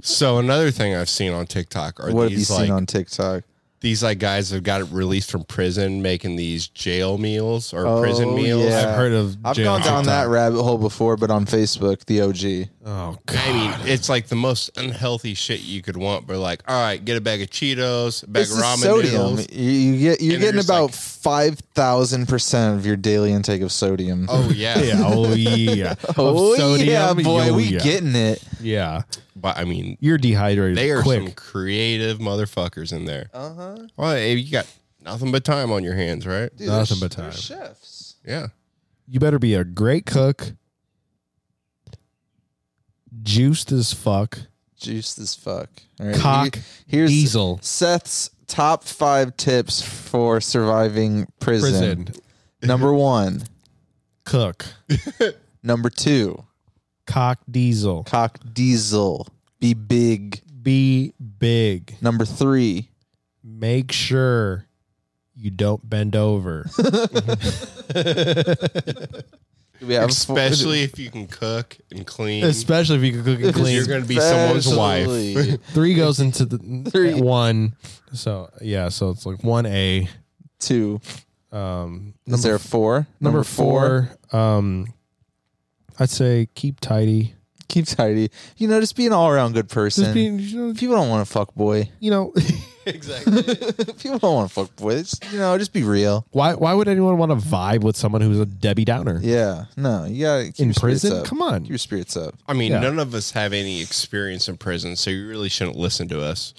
Speaker 3: So another thing I've seen on TikTok are
Speaker 1: What have you
Speaker 3: these
Speaker 1: seen
Speaker 3: like
Speaker 1: on TikTok?
Speaker 3: these like guys that got released from prison making these jail meals or prison
Speaker 1: Oh,
Speaker 3: meals.
Speaker 1: yeah.
Speaker 2: I've heard of.
Speaker 1: I've
Speaker 2: jail
Speaker 1: gone down
Speaker 2: TikTok.
Speaker 1: that rabbit hole before, but on Facebook, the OG.
Speaker 2: Oh
Speaker 3: I
Speaker 2: god.
Speaker 3: mean, it's like the most unhealthy shit you could want. But like, all right, get a bag of Cheetos, a bag
Speaker 1: This
Speaker 3: of
Speaker 1: is
Speaker 3: ramen
Speaker 1: sodium.
Speaker 3: noodles.
Speaker 1: You, you get you're
Speaker 3: And they're
Speaker 1: getting
Speaker 3: just
Speaker 1: about
Speaker 3: like-
Speaker 1: five thousand percent of your daily intake of sodium.
Speaker 3: Oh yeah.
Speaker 2: Yeah. Oh yeah. Of
Speaker 1: Oh, yeah,
Speaker 2: sodium,
Speaker 1: boy,
Speaker 2: oh,
Speaker 1: we
Speaker 2: yeah.
Speaker 1: getting it.
Speaker 2: Yeah.
Speaker 3: but I mean,
Speaker 2: You're dehydrated.
Speaker 3: they are
Speaker 2: quick.
Speaker 3: some creative motherfuckers in there.
Speaker 1: Uh huh.
Speaker 3: Well, hey, you got nothing but time on your hands, right?
Speaker 2: Nothing but time.
Speaker 1: Chefs.
Speaker 3: Yeah.
Speaker 2: You better be a great cook. Juiced as fuck.
Speaker 1: Juiced as fuck. All right,
Speaker 2: Cock.
Speaker 1: here- Here's
Speaker 2: diesel.
Speaker 1: Seth's top five tips for surviving prison.
Speaker 2: Prison.
Speaker 1: Number one.
Speaker 2: Cook.
Speaker 1: Number two.
Speaker 2: Cock diesel.
Speaker 1: Cock diesel. Be big.
Speaker 2: Be big.
Speaker 1: Number three.
Speaker 2: Make sure you don't bend over.
Speaker 1: Do we have a four-
Speaker 3: Especially if you can cook and clean.
Speaker 2: Especially if you can cook and clean.
Speaker 3: You're going to be someone's wife.
Speaker 1: Especially.
Speaker 2: Three goes into the
Speaker 1: Three.
Speaker 2: one. So yeah, so it's like one A.
Speaker 1: Two.
Speaker 2: Um,
Speaker 1: Is there a four?
Speaker 2: number four. Um, I'd say keep tidy.
Speaker 1: Keep tidy. You know, just be an all around good person.
Speaker 2: Just being, you know,
Speaker 1: People don't want to fuck boy.
Speaker 2: you know
Speaker 1: People don't want to fuck boy. It's- you know, just be real.
Speaker 2: why why would anyone want to vibe with someone who's a Debbie Downer
Speaker 1: Yeah. No, you gotta keep
Speaker 2: in
Speaker 1: your spirits
Speaker 2: prison?
Speaker 1: up.
Speaker 2: Come
Speaker 1: Keep
Speaker 2: on,
Speaker 1: your spirits up.
Speaker 3: I mean,
Speaker 2: Yeah.
Speaker 3: none of us have any experience in prison, so you really shouldn't listen to us.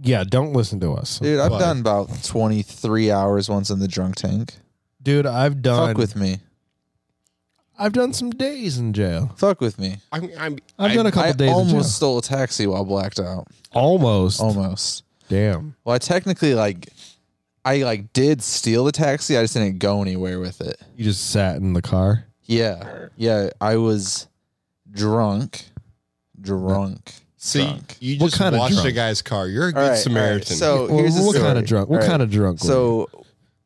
Speaker 2: yeah, don't listen to us,
Speaker 1: Dude, I've
Speaker 2: But-
Speaker 1: done about 23 hours once in the drunk tank.
Speaker 2: Dude, I've done.
Speaker 1: Fuck with me.
Speaker 2: I've done some days in jail.
Speaker 1: Fuck with me.
Speaker 3: I mean, I'm,
Speaker 2: I've done a couple
Speaker 1: I
Speaker 2: days in jail.
Speaker 1: almost stole a taxi while blacked out.
Speaker 2: Almost.
Speaker 1: Almost.
Speaker 2: Damn.
Speaker 1: Well, I technically like, I like did steal the taxi. I just didn't go anywhere with it.
Speaker 2: You just sat in the car.
Speaker 1: Yeah, yeah. I was drunk, drunk.
Speaker 3: See,
Speaker 1: Drunk.
Speaker 3: you
Speaker 2: What
Speaker 3: just
Speaker 2: kinda
Speaker 3: watched
Speaker 2: drunk?
Speaker 3: a guy's car. You're a good
Speaker 1: All right, all right,
Speaker 3: Samaritan.
Speaker 1: so
Speaker 2: Well,
Speaker 1: Oh, here's the
Speaker 2: what
Speaker 1: story.
Speaker 2: kind of drunk? What
Speaker 1: All right,
Speaker 2: kind of drunk? were you?
Speaker 1: So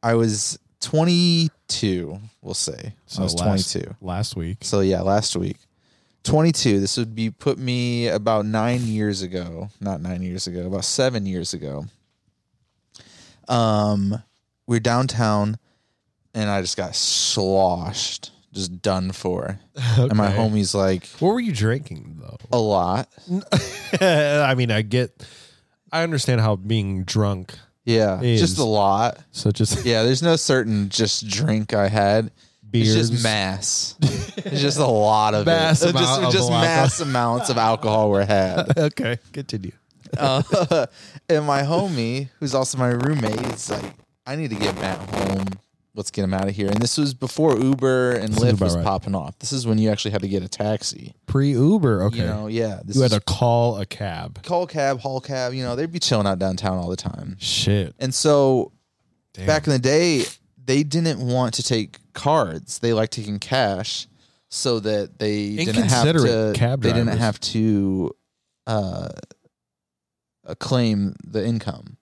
Speaker 1: I was 22. We'll say I
Speaker 3: Oh,
Speaker 1: was
Speaker 2: last,
Speaker 1: 22.
Speaker 2: last week.
Speaker 1: So yeah, last week. 22. This would be put me about 9 years ago, not 9 years ago, about 7 years ago. Um, we we're downtown, and I just got sloshed, just done for. And my
Speaker 2: Okay.
Speaker 1: homie's like,
Speaker 2: What were you drinking though?
Speaker 1: a lot.
Speaker 2: I mean, I get, I understand how being drunk.
Speaker 1: Yeah,
Speaker 2: Is.
Speaker 1: just a lot.
Speaker 2: So just
Speaker 1: Yeah, there's no certain just drink I had.
Speaker 2: beers.
Speaker 1: It's just mass. it's just a lot of
Speaker 2: Mass
Speaker 1: it. Just-
Speaker 2: amount of
Speaker 1: just
Speaker 2: alcohol.
Speaker 1: mass amounts of alcohol were had.
Speaker 2: okay, continue.
Speaker 1: Uh, and my homie, who's also my roommate, is like, I need to get Matt home. Let's get him out of here. And this was before Uber and
Speaker 2: This is
Speaker 1: Lyft
Speaker 2: about
Speaker 1: was
Speaker 2: right.
Speaker 1: popping off. This is when you actually had to get a taxi.
Speaker 2: Pre Uber. Okay,
Speaker 1: You know, yeah. This
Speaker 2: you had
Speaker 1: is
Speaker 2: to call a cab.
Speaker 1: call cab, haul cab. You know, they'd be chilling out downtown all the time.
Speaker 2: Shit.
Speaker 1: And so
Speaker 2: Damn.
Speaker 1: back in the day, they didn't want to take cards. They liked taking cash so that they didn't have to
Speaker 2: Inconsiderate cab
Speaker 1: they didn't
Speaker 2: drivers.
Speaker 1: have to uh, uh, claim the income.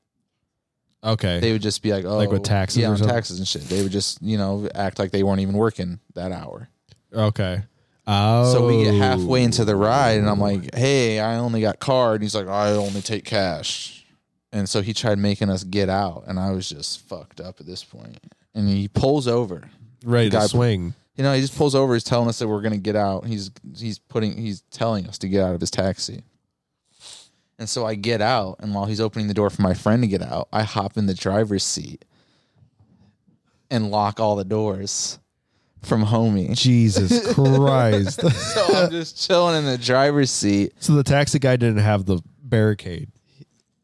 Speaker 2: okay.
Speaker 1: They would just be like, oh,
Speaker 2: Like with taxes
Speaker 1: yeah,
Speaker 2: or
Speaker 1: on
Speaker 2: something?
Speaker 1: taxes and shit. They would just you know act like they weren't even working that hour.
Speaker 2: okay. Oh.
Speaker 1: So we get halfway into the ride, and I'm like, hey, I only got card. And he's like, I only take cash. And so he tried making us get out, and I was just fucked up at this point. And he pulls over.
Speaker 2: ready to
Speaker 1: guy-
Speaker 2: swing.
Speaker 1: You know, he just pulls over. He's telling us that we're gonna get out. He's he's putting he's telling us to get out of his taxi. And so I get out, and while he's opening the door for my friend to get out, I hop in the driver's seat and lock all the doors from homie.
Speaker 2: Jesus Christ.
Speaker 1: So I'm just chilling in the driver's seat.
Speaker 2: so the taxi guy didn't have the barricade.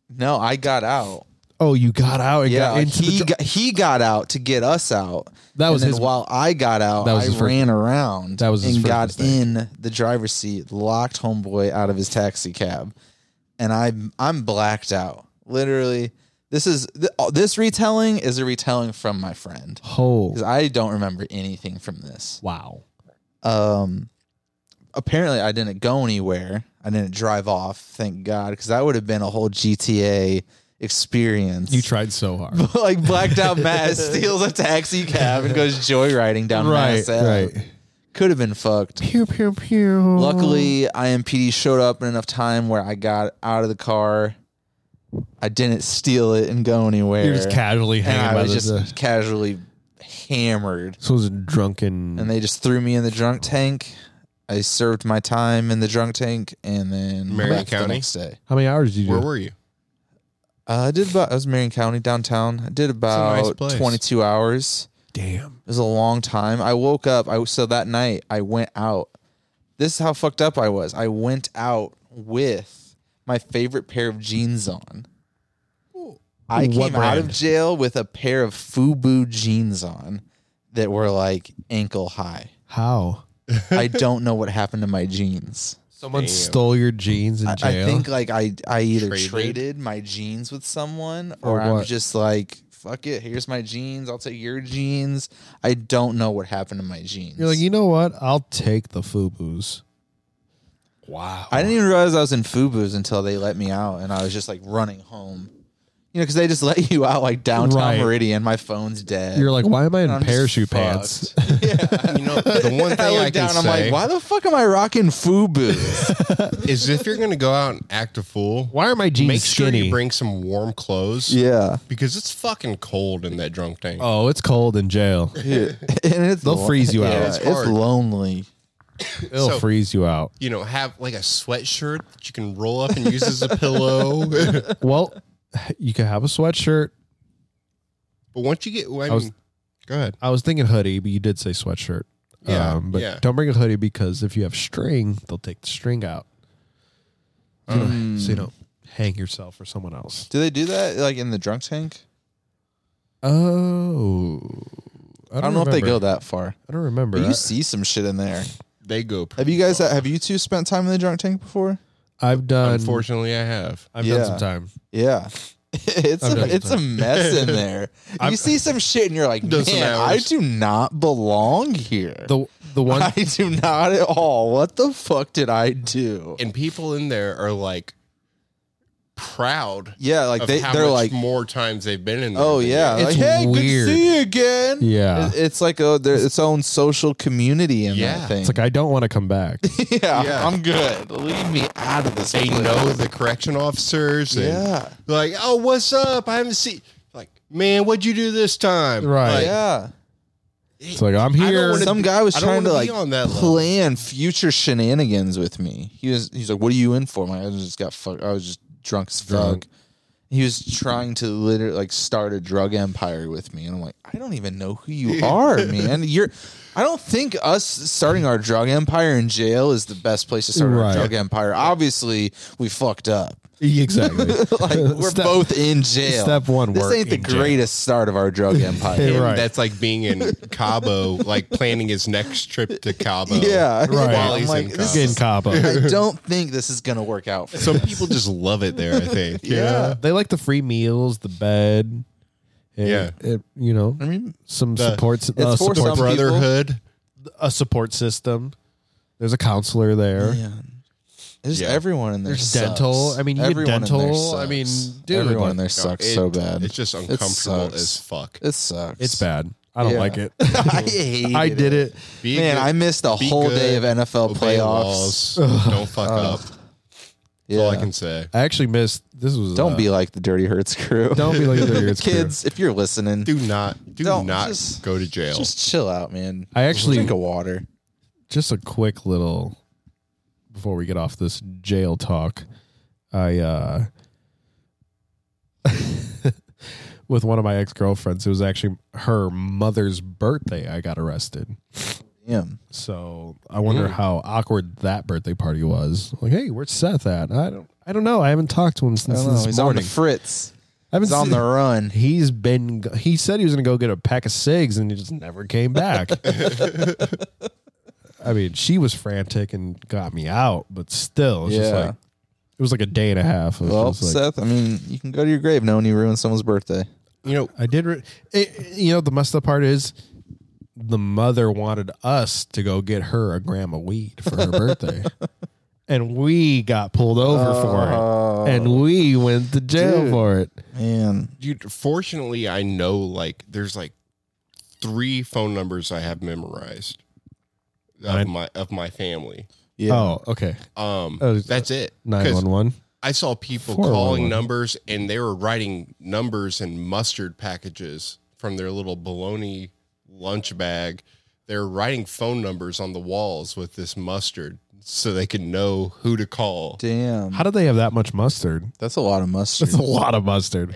Speaker 1: No, I got out.
Speaker 2: Oh, you got out and
Speaker 1: Yeah,
Speaker 2: got into
Speaker 1: he
Speaker 2: the dr-
Speaker 1: got, he got out to get us out.
Speaker 2: That was
Speaker 1: and then
Speaker 2: his-
Speaker 1: while I got out,
Speaker 2: That was
Speaker 1: I
Speaker 2: his first-
Speaker 1: ran around.
Speaker 2: That was his
Speaker 1: and
Speaker 2: first
Speaker 1: got
Speaker 2: mistake.
Speaker 1: in the driver's seat, locked homeboy out of his taxi cab, and I'm I'm blacked out. Literally, this is th- all- this retelling is a retelling from my friend
Speaker 2: hole.
Speaker 1: because I don't remember anything from this.
Speaker 2: Wow.
Speaker 1: Um, apparently I didn't go anywhere. I didn't drive off. Thank God, because that would have been a whole GTA experience.
Speaker 2: You tried so hard.
Speaker 1: like blacked out Matt steals a taxi cab and goes joyriding down Mass Ave. Could have been fucked.
Speaker 2: Pew pew pew.
Speaker 1: Luckily, IMPD showed up in enough time where I got out of the car. I didn't steal it and go anywhere.
Speaker 2: you're just casually
Speaker 1: and
Speaker 2: hanging
Speaker 1: I
Speaker 2: by
Speaker 1: was
Speaker 2: the.
Speaker 1: just casually hammered.
Speaker 2: so it was a drunken.
Speaker 1: And they just threw me in the drunk tank. I served my time in the drunk tank and then
Speaker 3: Marion
Speaker 1: left the
Speaker 3: County?
Speaker 1: next day.
Speaker 2: how many hours did you
Speaker 3: Where
Speaker 2: do?
Speaker 3: were you?
Speaker 1: Uh, I did about, I was Marion County downtown. I did
Speaker 3: nice
Speaker 1: about
Speaker 3: place.
Speaker 1: 22 hours.
Speaker 2: Damn.
Speaker 1: It was a long time. I woke up. I so that night I went out. This is how fucked up I was. I went out with my favorite pair of jeans on. I
Speaker 2: What
Speaker 1: came out of
Speaker 2: brand?
Speaker 1: jail with a pair of FUBU jeans on that were like ankle high.
Speaker 2: How?
Speaker 1: I don't know what happened to my jeans.
Speaker 2: Someone
Speaker 3: Damn.
Speaker 2: stole your jeans in
Speaker 1: I,
Speaker 2: jail.
Speaker 1: I think like I I either
Speaker 3: Traded?
Speaker 1: traded, my jeans with someone
Speaker 2: Or
Speaker 1: or, I'm
Speaker 2: what?
Speaker 1: just like fuck it. Here's my jeans. I'll take your jeans. I don't know what happened to my jeans.
Speaker 2: You're like, you know what? I'll take the Fubu's. Wow.
Speaker 1: I didn't even realize I was in Fubu's until they let me out, and I was just like running home. You know, because they just let you out like downtown
Speaker 2: Right.
Speaker 1: Meridian. My phone's dead.
Speaker 2: You're like, why am I in
Speaker 1: I'm just
Speaker 2: parachute
Speaker 1: fucked.
Speaker 2: pants?
Speaker 3: You know, the one
Speaker 1: I
Speaker 3: thing I,
Speaker 1: look
Speaker 3: can
Speaker 1: down. I'm
Speaker 3: say
Speaker 1: like, why the fuck am I rocking Fubu?
Speaker 3: is if you're going to go out and act a fool,
Speaker 2: Why are my jeans
Speaker 3: make sure
Speaker 2: skinny?
Speaker 3: you bring some warm clothes
Speaker 1: yeah,
Speaker 3: because it's fucking cold in that drunk tank.
Speaker 2: oh, it's cold in jail.
Speaker 1: and it's
Speaker 2: They'll freeze you
Speaker 1: yeah,
Speaker 2: out.
Speaker 1: It's,
Speaker 3: It's hard.
Speaker 1: lonely.
Speaker 2: It'll
Speaker 3: So-
Speaker 2: freeze you out.
Speaker 3: You know, have like a sweatshirt that you can roll up and use as a pillow. but
Speaker 2: Well, you could have a sweatshirt.
Speaker 3: once you get, well, I,
Speaker 2: I was-
Speaker 3: mean, go ahead.
Speaker 2: I was thinking hoodie, but you did say sweatshirt.
Speaker 3: Yeah,
Speaker 2: um, but
Speaker 3: yeah.
Speaker 2: don't bring a hoodie because if you have string, they'll take the string out. So you don't- So
Speaker 1: Mm.
Speaker 2: you don't hang yourself or someone else.
Speaker 1: Hmm. Do they do that like in the drunk tank?
Speaker 2: Oh,
Speaker 1: I don't, know if they
Speaker 2: remember.
Speaker 1: go that far.
Speaker 2: I don't remember.
Speaker 1: But
Speaker 2: I-
Speaker 1: you see some shit in there.
Speaker 3: They go. pretty
Speaker 1: Have you guys? uh, um,
Speaker 3: far.
Speaker 1: Have you two spent time in the drunk tank before?
Speaker 2: I've done.
Speaker 3: Unfortunately, I have.
Speaker 2: I've
Speaker 1: Yeah.
Speaker 2: done some time.
Speaker 1: Yeah. It's
Speaker 2: I've done
Speaker 1: a, it's a mess in there.
Speaker 2: I've-
Speaker 1: you see some shit and you're like,
Speaker 3: Done some
Speaker 1: man, I
Speaker 3: hours."
Speaker 1: do not belong here.
Speaker 2: The the one
Speaker 1: I do not at all. What the fuck did I do?
Speaker 3: And people in there are like proud.
Speaker 1: Yeah, like
Speaker 3: of
Speaker 1: they
Speaker 3: how
Speaker 1: they're
Speaker 3: much
Speaker 1: like,
Speaker 3: more times they've been in. there
Speaker 1: oh
Speaker 3: than
Speaker 1: yeah,
Speaker 3: you.
Speaker 2: It's
Speaker 1: like hey,
Speaker 2: weird.
Speaker 1: good to see you again.
Speaker 2: Yeah.
Speaker 1: It- it's like a there's its own social community in
Speaker 3: Yeah.
Speaker 1: that thing.
Speaker 2: It's like I don't want to come back.
Speaker 1: yeah,
Speaker 3: Yeah.
Speaker 1: I'm good. Leave me out of this.
Speaker 3: they
Speaker 1: place.
Speaker 3: know the correction officers. And
Speaker 1: Yeah.
Speaker 3: like, oh, what's up? I haven't seen. Like, man, what'd you do this time?
Speaker 2: Right.
Speaker 3: Like,
Speaker 1: yeah.
Speaker 2: It's like I'm
Speaker 3: don't
Speaker 2: here.
Speaker 3: wanna-
Speaker 1: Some guy was
Speaker 3: I don't
Speaker 1: trying to
Speaker 3: wanna
Speaker 1: like
Speaker 3: be on that level.
Speaker 1: plan future shenanigans with me. He was he's like, "What are you in for?" My I just got fuck. I was just drunk as fuck.
Speaker 2: Drunk.
Speaker 1: He was trying to literally like start a drug empire with me, and I'm like, I don't even know who you are, man. You're. I don't think us starting our drug empire in jail is the best place to start our
Speaker 2: Right.
Speaker 1: drug empire. Obviously, we fucked up.
Speaker 2: Exactly.
Speaker 1: Like we're
Speaker 2: Step-
Speaker 1: both in jail.
Speaker 2: Step one.
Speaker 1: This
Speaker 2: work
Speaker 1: ain't the
Speaker 2: in jail.
Speaker 1: greatest start of our drug empire.
Speaker 2: Yeah, right.
Speaker 3: That's like being in Cabo, like planning his next trip to Cabo.
Speaker 1: Yeah,
Speaker 2: Right.
Speaker 3: While
Speaker 1: I'm
Speaker 3: he's
Speaker 1: like,
Speaker 3: in
Speaker 1: this
Speaker 3: Cabo.
Speaker 2: Getting cop up.
Speaker 1: I don't think this is gonna work out. For
Speaker 3: Some people just love it there, I think.
Speaker 1: Yeah.
Speaker 2: Uh, they like the free meals, the bed. and
Speaker 3: Yeah.
Speaker 2: it- you know,
Speaker 1: I mean,
Speaker 2: some
Speaker 3: The-
Speaker 2: supports.
Speaker 1: It's
Speaker 2: uh,
Speaker 1: for
Speaker 2: support
Speaker 1: some people.
Speaker 3: Brotherhood.
Speaker 2: a support system. There's a counselor there.
Speaker 1: man, there's
Speaker 3: Yeah.
Speaker 1: everyone in there.
Speaker 2: There's
Speaker 1: sucks.
Speaker 2: dental. I mean, you get
Speaker 1: Everyone in there
Speaker 2: dental. I mean,
Speaker 1: sucks.
Speaker 2: dude,
Speaker 1: everyone
Speaker 2: like-
Speaker 1: in there sucks
Speaker 3: It-
Speaker 1: so bad.
Speaker 3: It's just uncomfortable
Speaker 1: sucks.
Speaker 3: as fuck.
Speaker 1: it sucks.
Speaker 2: It's bad. I don't
Speaker 1: Yeah.
Speaker 2: like it.
Speaker 1: I hate
Speaker 2: I did it.
Speaker 3: Be
Speaker 1: Man,
Speaker 3: good,
Speaker 1: I missed a
Speaker 3: be
Speaker 1: whole
Speaker 3: good,
Speaker 1: day of NFL
Speaker 3: obey
Speaker 1: playoffs. Uh,
Speaker 3: laws, Don't fuck up. That's all I
Speaker 1: Yeah.
Speaker 3: can say.
Speaker 2: I actually missed. This was.
Speaker 1: Don't
Speaker 2: uh,
Speaker 1: be like the Dirty Hurts crew.
Speaker 2: Don't be like the Dirty Hurts crew.
Speaker 1: kids. If you're listening,
Speaker 3: Do not, do
Speaker 1: Don't,
Speaker 3: not
Speaker 1: just-
Speaker 3: go to jail.
Speaker 1: just chill out, man.
Speaker 2: I actually-
Speaker 1: drink a water.
Speaker 2: just a quick little before we get off this jail talk i uh with one of my ex-girlfriends it was actually her mother's birthday i got arrested
Speaker 1: Damn.
Speaker 2: so i wonder
Speaker 1: Hmm.
Speaker 2: how awkward that birthday party was like hey where's seth at i don't i don't know i haven't talked to him
Speaker 1: I
Speaker 2: since
Speaker 1: don't know.
Speaker 2: this
Speaker 1: He's on the
Speaker 2: morning
Speaker 1: fritz.
Speaker 2: I haven't
Speaker 1: He's on
Speaker 2: seen-
Speaker 1: the run.
Speaker 2: he's been he said he was gonna go get a pack of cigs and he just never came back i mean she was frantic and got me out but still it's just
Speaker 1: Yeah.
Speaker 2: like it was like a day and a half of
Speaker 1: Well,
Speaker 2: just like-
Speaker 1: Seth, I mean, you can go to your grave knowing you ruined someone's birthday.
Speaker 3: you know,
Speaker 2: i did re- it, you know the messed up part is the mother wanted us to go get her a gram of weed for her birthday and we got pulled over for it and we went to jail
Speaker 1: Oh. Dude.
Speaker 2: for it
Speaker 1: Man,
Speaker 3: dude, fortunately, I know like there's like three phone numbers I have memorized
Speaker 2: Nine-
Speaker 3: of my of my family.
Speaker 1: yeah.
Speaker 2: oh okay
Speaker 3: Um,
Speaker 2: Oh, it's-
Speaker 3: that's it. 'Cause
Speaker 2: 911
Speaker 3: I saw people
Speaker 2: 411.
Speaker 3: calling numbers and they were writing numbers in mustard packages from their little bologna lunch bag. They're writing phone numbers on the walls with this mustard so they can know who to call.
Speaker 1: Damn.
Speaker 2: how did they have that much mustard
Speaker 1: That's a lot of mustard.
Speaker 2: That's a lot of mustard.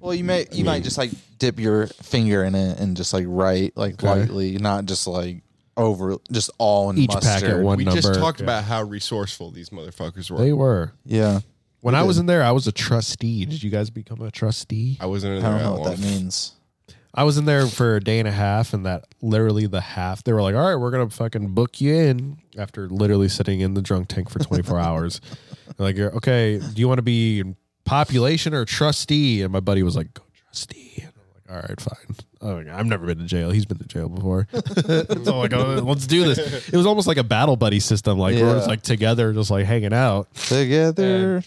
Speaker 1: Well, you may you might just like dip your finger in it and just like write like lightly, not just like over, just all in
Speaker 2: Each
Speaker 1: mustard.
Speaker 2: packet one
Speaker 3: We
Speaker 2: number.
Speaker 3: just talked about how resourceful these motherfuckers were.
Speaker 2: They were.
Speaker 1: Yeah,
Speaker 2: When I was in there, I was a trustee. Did you guys become a trustee?
Speaker 3: I wasn't in
Speaker 1: I don't
Speaker 3: there that
Speaker 1: know what
Speaker 3: long.
Speaker 1: that means.
Speaker 2: I was in there for a day and a half, and that literally the half they were like, "All right, we're gonna fucking book you in." After literally sitting in the drunk tank for 24 hours, They're like, "You're- "Okay, do you want to be population or trustee?" And my buddy was like, "Go trustee." And I'm like, All right, fine. Oh, my God, I've never been to jail. He's been to jail before. so I'm like, oh, let's do this. It was almost like a battle buddy system, like we're just
Speaker 1: Yeah.
Speaker 2: like together, just like hanging out.
Speaker 1: Together,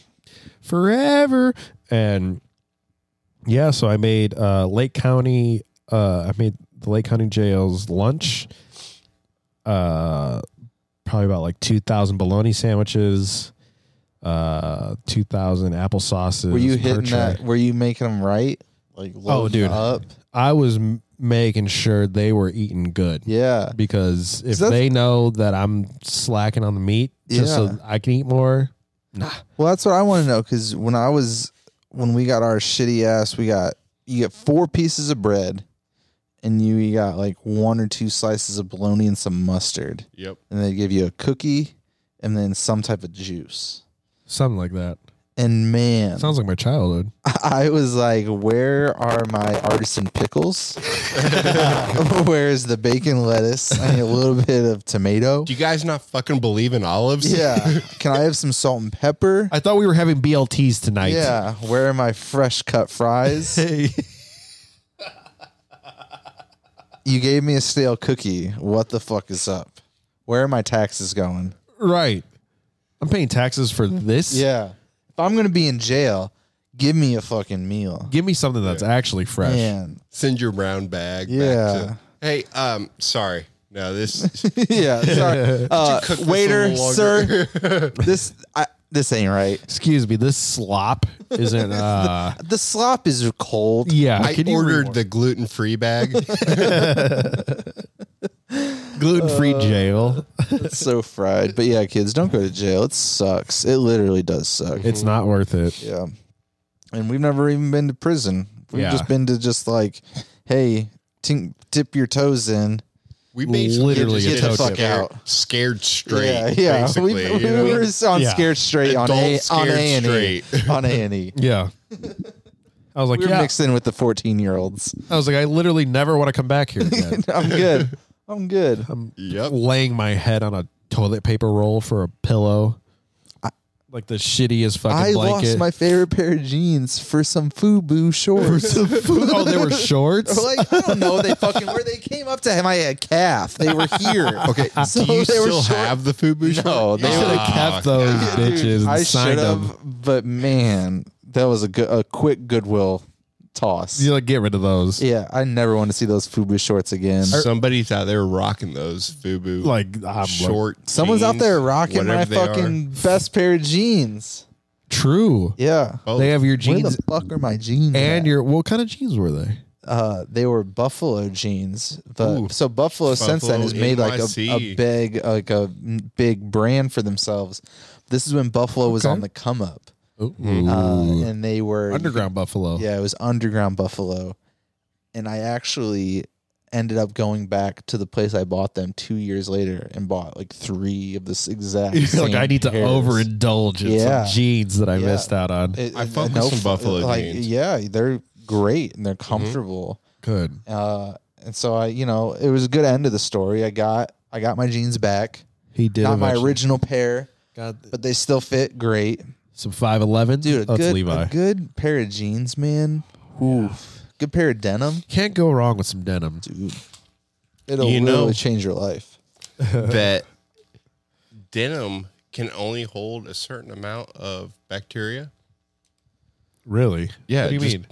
Speaker 2: forever. And yeah, so I made uh, Lake County. Uh, I made the Lake County Jail's lunch. Uh, probably about like two thousand bologna sandwiches, uh, two thousand apple sauces.
Speaker 1: were you
Speaker 2: per
Speaker 1: hitting
Speaker 2: tray.
Speaker 1: that? Were you making them right? Like loading
Speaker 2: Oh, dude.
Speaker 1: up.
Speaker 2: I was m- making sure they were eating good.
Speaker 1: Yeah,
Speaker 2: Because if
Speaker 1: that's-
Speaker 2: they know that I'm slacking on the meat, just
Speaker 1: Yeah.
Speaker 2: so I can eat more,
Speaker 1: Well, that's what I want to know because when I was when we got our shitty ass, we got you get four pieces of bread, and you, you got like one or two slices of bologna and some mustard,
Speaker 3: Yep.
Speaker 1: and they give you a cookie and then some type of juice.
Speaker 2: something like that.
Speaker 1: And man,
Speaker 2: Sounds like my childhood.
Speaker 1: I was like, "Where are my artisan pickles? Where is the bacon lettuce? I need a little bit of tomato.
Speaker 3: Do you guys not fucking believe in olives?
Speaker 1: Yeah, can I have some salt and pepper?
Speaker 2: I thought we were having BLTs tonight.
Speaker 1: Yeah, where are my fresh cut fries? You gave me a stale cookie. What the fuck is up? Where are my taxes going?
Speaker 2: Right. I'm paying taxes for this.
Speaker 1: Yeah. If I'm going to be in jail, give me a fucking meal.
Speaker 2: Give me something that's actually fresh.
Speaker 1: Man.
Speaker 3: Send your brown bag. Back
Speaker 1: Yeah.
Speaker 3: to, hey, um, sorry. No, this.
Speaker 1: yeah. Sorry. Uh,
Speaker 3: cook this a
Speaker 1: waiter,
Speaker 3: little
Speaker 1: sir.
Speaker 3: longer?
Speaker 1: this I this ain't right.
Speaker 2: Excuse me, this slop isn't. Uh,
Speaker 1: The slop is cold.
Speaker 2: yeah,
Speaker 3: I
Speaker 2: can you
Speaker 3: ordered
Speaker 2: rewind?
Speaker 3: the gluten free bag.
Speaker 2: gluten-free
Speaker 1: uh,
Speaker 2: jail.
Speaker 1: It's so fried. But yeah, kids, don't go to jail. It sucks. It literally does suck.
Speaker 2: It's not worth it.
Speaker 1: yeah. And we've never even been to prison. We've
Speaker 2: Yeah.
Speaker 1: just been to just like, hey, tink, tip your toes in.
Speaker 3: We basically
Speaker 2: Literally a
Speaker 3: just did
Speaker 2: toe
Speaker 3: scared,
Speaker 1: tip. Get the fuck
Speaker 3: Scared straight.
Speaker 1: yeah, yeah. We,
Speaker 3: Basically,
Speaker 1: we
Speaker 3: you know?
Speaker 1: were on
Speaker 2: Yeah.
Speaker 1: scared straight on a
Speaker 3: Adult
Speaker 1: on
Speaker 3: Scared
Speaker 1: a and e
Speaker 3: Straight.
Speaker 1: on a and e.
Speaker 2: Yeah. I was like,
Speaker 1: We were
Speaker 2: yeah.
Speaker 1: mixed in with the fourteen year olds.
Speaker 2: I was like, I literally never want to come back here again.
Speaker 1: I'm good. I'm good.
Speaker 3: Yep.
Speaker 2: Laying my head on a toilet paper roll for a pillow, like the shittiest fucking
Speaker 1: I
Speaker 2: blanket.
Speaker 1: lost my favorite pair of jeans for some FUBU shorts.
Speaker 2: oh, they were shorts.
Speaker 1: like I don't know, they fucking where they came up to my uh, calf. They were here. okay, so
Speaker 3: Do you
Speaker 1: they were
Speaker 3: still
Speaker 1: short.
Speaker 3: have the FUBU?
Speaker 1: No,
Speaker 3: short?
Speaker 1: they
Speaker 3: You
Speaker 1: should've
Speaker 3: Ah,
Speaker 2: kept those bitches and
Speaker 1: I should
Speaker 2: signed
Speaker 1: have,
Speaker 2: them.
Speaker 1: but man, that was a good, a quick goodwill toss.
Speaker 2: You
Speaker 1: Yeah.
Speaker 2: like get rid of those.
Speaker 1: I never want to see those FUBU shorts again.
Speaker 3: Somebody's out there rocking those FUBU
Speaker 2: Like I'm like-
Speaker 3: short.
Speaker 1: Someone's out
Speaker 3: jeans,
Speaker 1: there rocking my
Speaker 3: whatever they are.
Speaker 1: fucking best pair of jeans.
Speaker 2: true.
Speaker 1: Yeah.
Speaker 3: Oh,
Speaker 2: They have your
Speaker 1: Where
Speaker 2: jeans
Speaker 1: the fuck are my jeans?
Speaker 2: and
Speaker 1: at?
Speaker 2: your what kind of jeans were they?
Speaker 1: uh, they were buffalo jeans. But
Speaker 3: Ooh.
Speaker 1: so buffalo, since then
Speaker 3: Buffalo
Speaker 1: has made like a,
Speaker 3: NYC.
Speaker 1: a big like a big brand for themselves. This is when buffalo was
Speaker 2: Okay.
Speaker 1: on the come up,
Speaker 3: Oh.
Speaker 2: Ooh.
Speaker 1: uh, and they were
Speaker 2: Underground Buffalo.
Speaker 1: Yeah, it was underground buffalo, and I actually ended up going back to the place I bought them two years later and bought like three of this exact.
Speaker 2: You're like
Speaker 1: same
Speaker 2: I need to
Speaker 1: pairs.
Speaker 2: overindulge in
Speaker 1: Yeah.
Speaker 2: some jeans that I
Speaker 1: Yeah.
Speaker 2: missed out on.
Speaker 1: It-
Speaker 3: I
Speaker 1: it-
Speaker 3: fuck with some
Speaker 1: f-
Speaker 3: buffalo
Speaker 1: like,
Speaker 3: jeans. Mm-hmm.
Speaker 1: Yeah, they're great and they're comfortable.
Speaker 2: Good.
Speaker 1: uh, and so I, you know, it was a good end of the story. I got I got my jeans back,
Speaker 2: He did
Speaker 1: not my
Speaker 2: eventually.
Speaker 1: original pair,
Speaker 2: Got
Speaker 1: but they still fit great,
Speaker 2: some five eleven.
Speaker 1: dude. A
Speaker 2: That's
Speaker 1: good,
Speaker 2: Levi.
Speaker 1: a good pair of jeans, man. Oof, good pair of denim,
Speaker 2: Can't go wrong with some denim.
Speaker 1: dude. It'll
Speaker 3: You
Speaker 1: really
Speaker 3: know-
Speaker 1: change your life.
Speaker 3: that denim can only hold a certain amount of bacteria.
Speaker 2: Really?
Speaker 3: Yeah,
Speaker 2: What do you
Speaker 3: just-
Speaker 2: mean?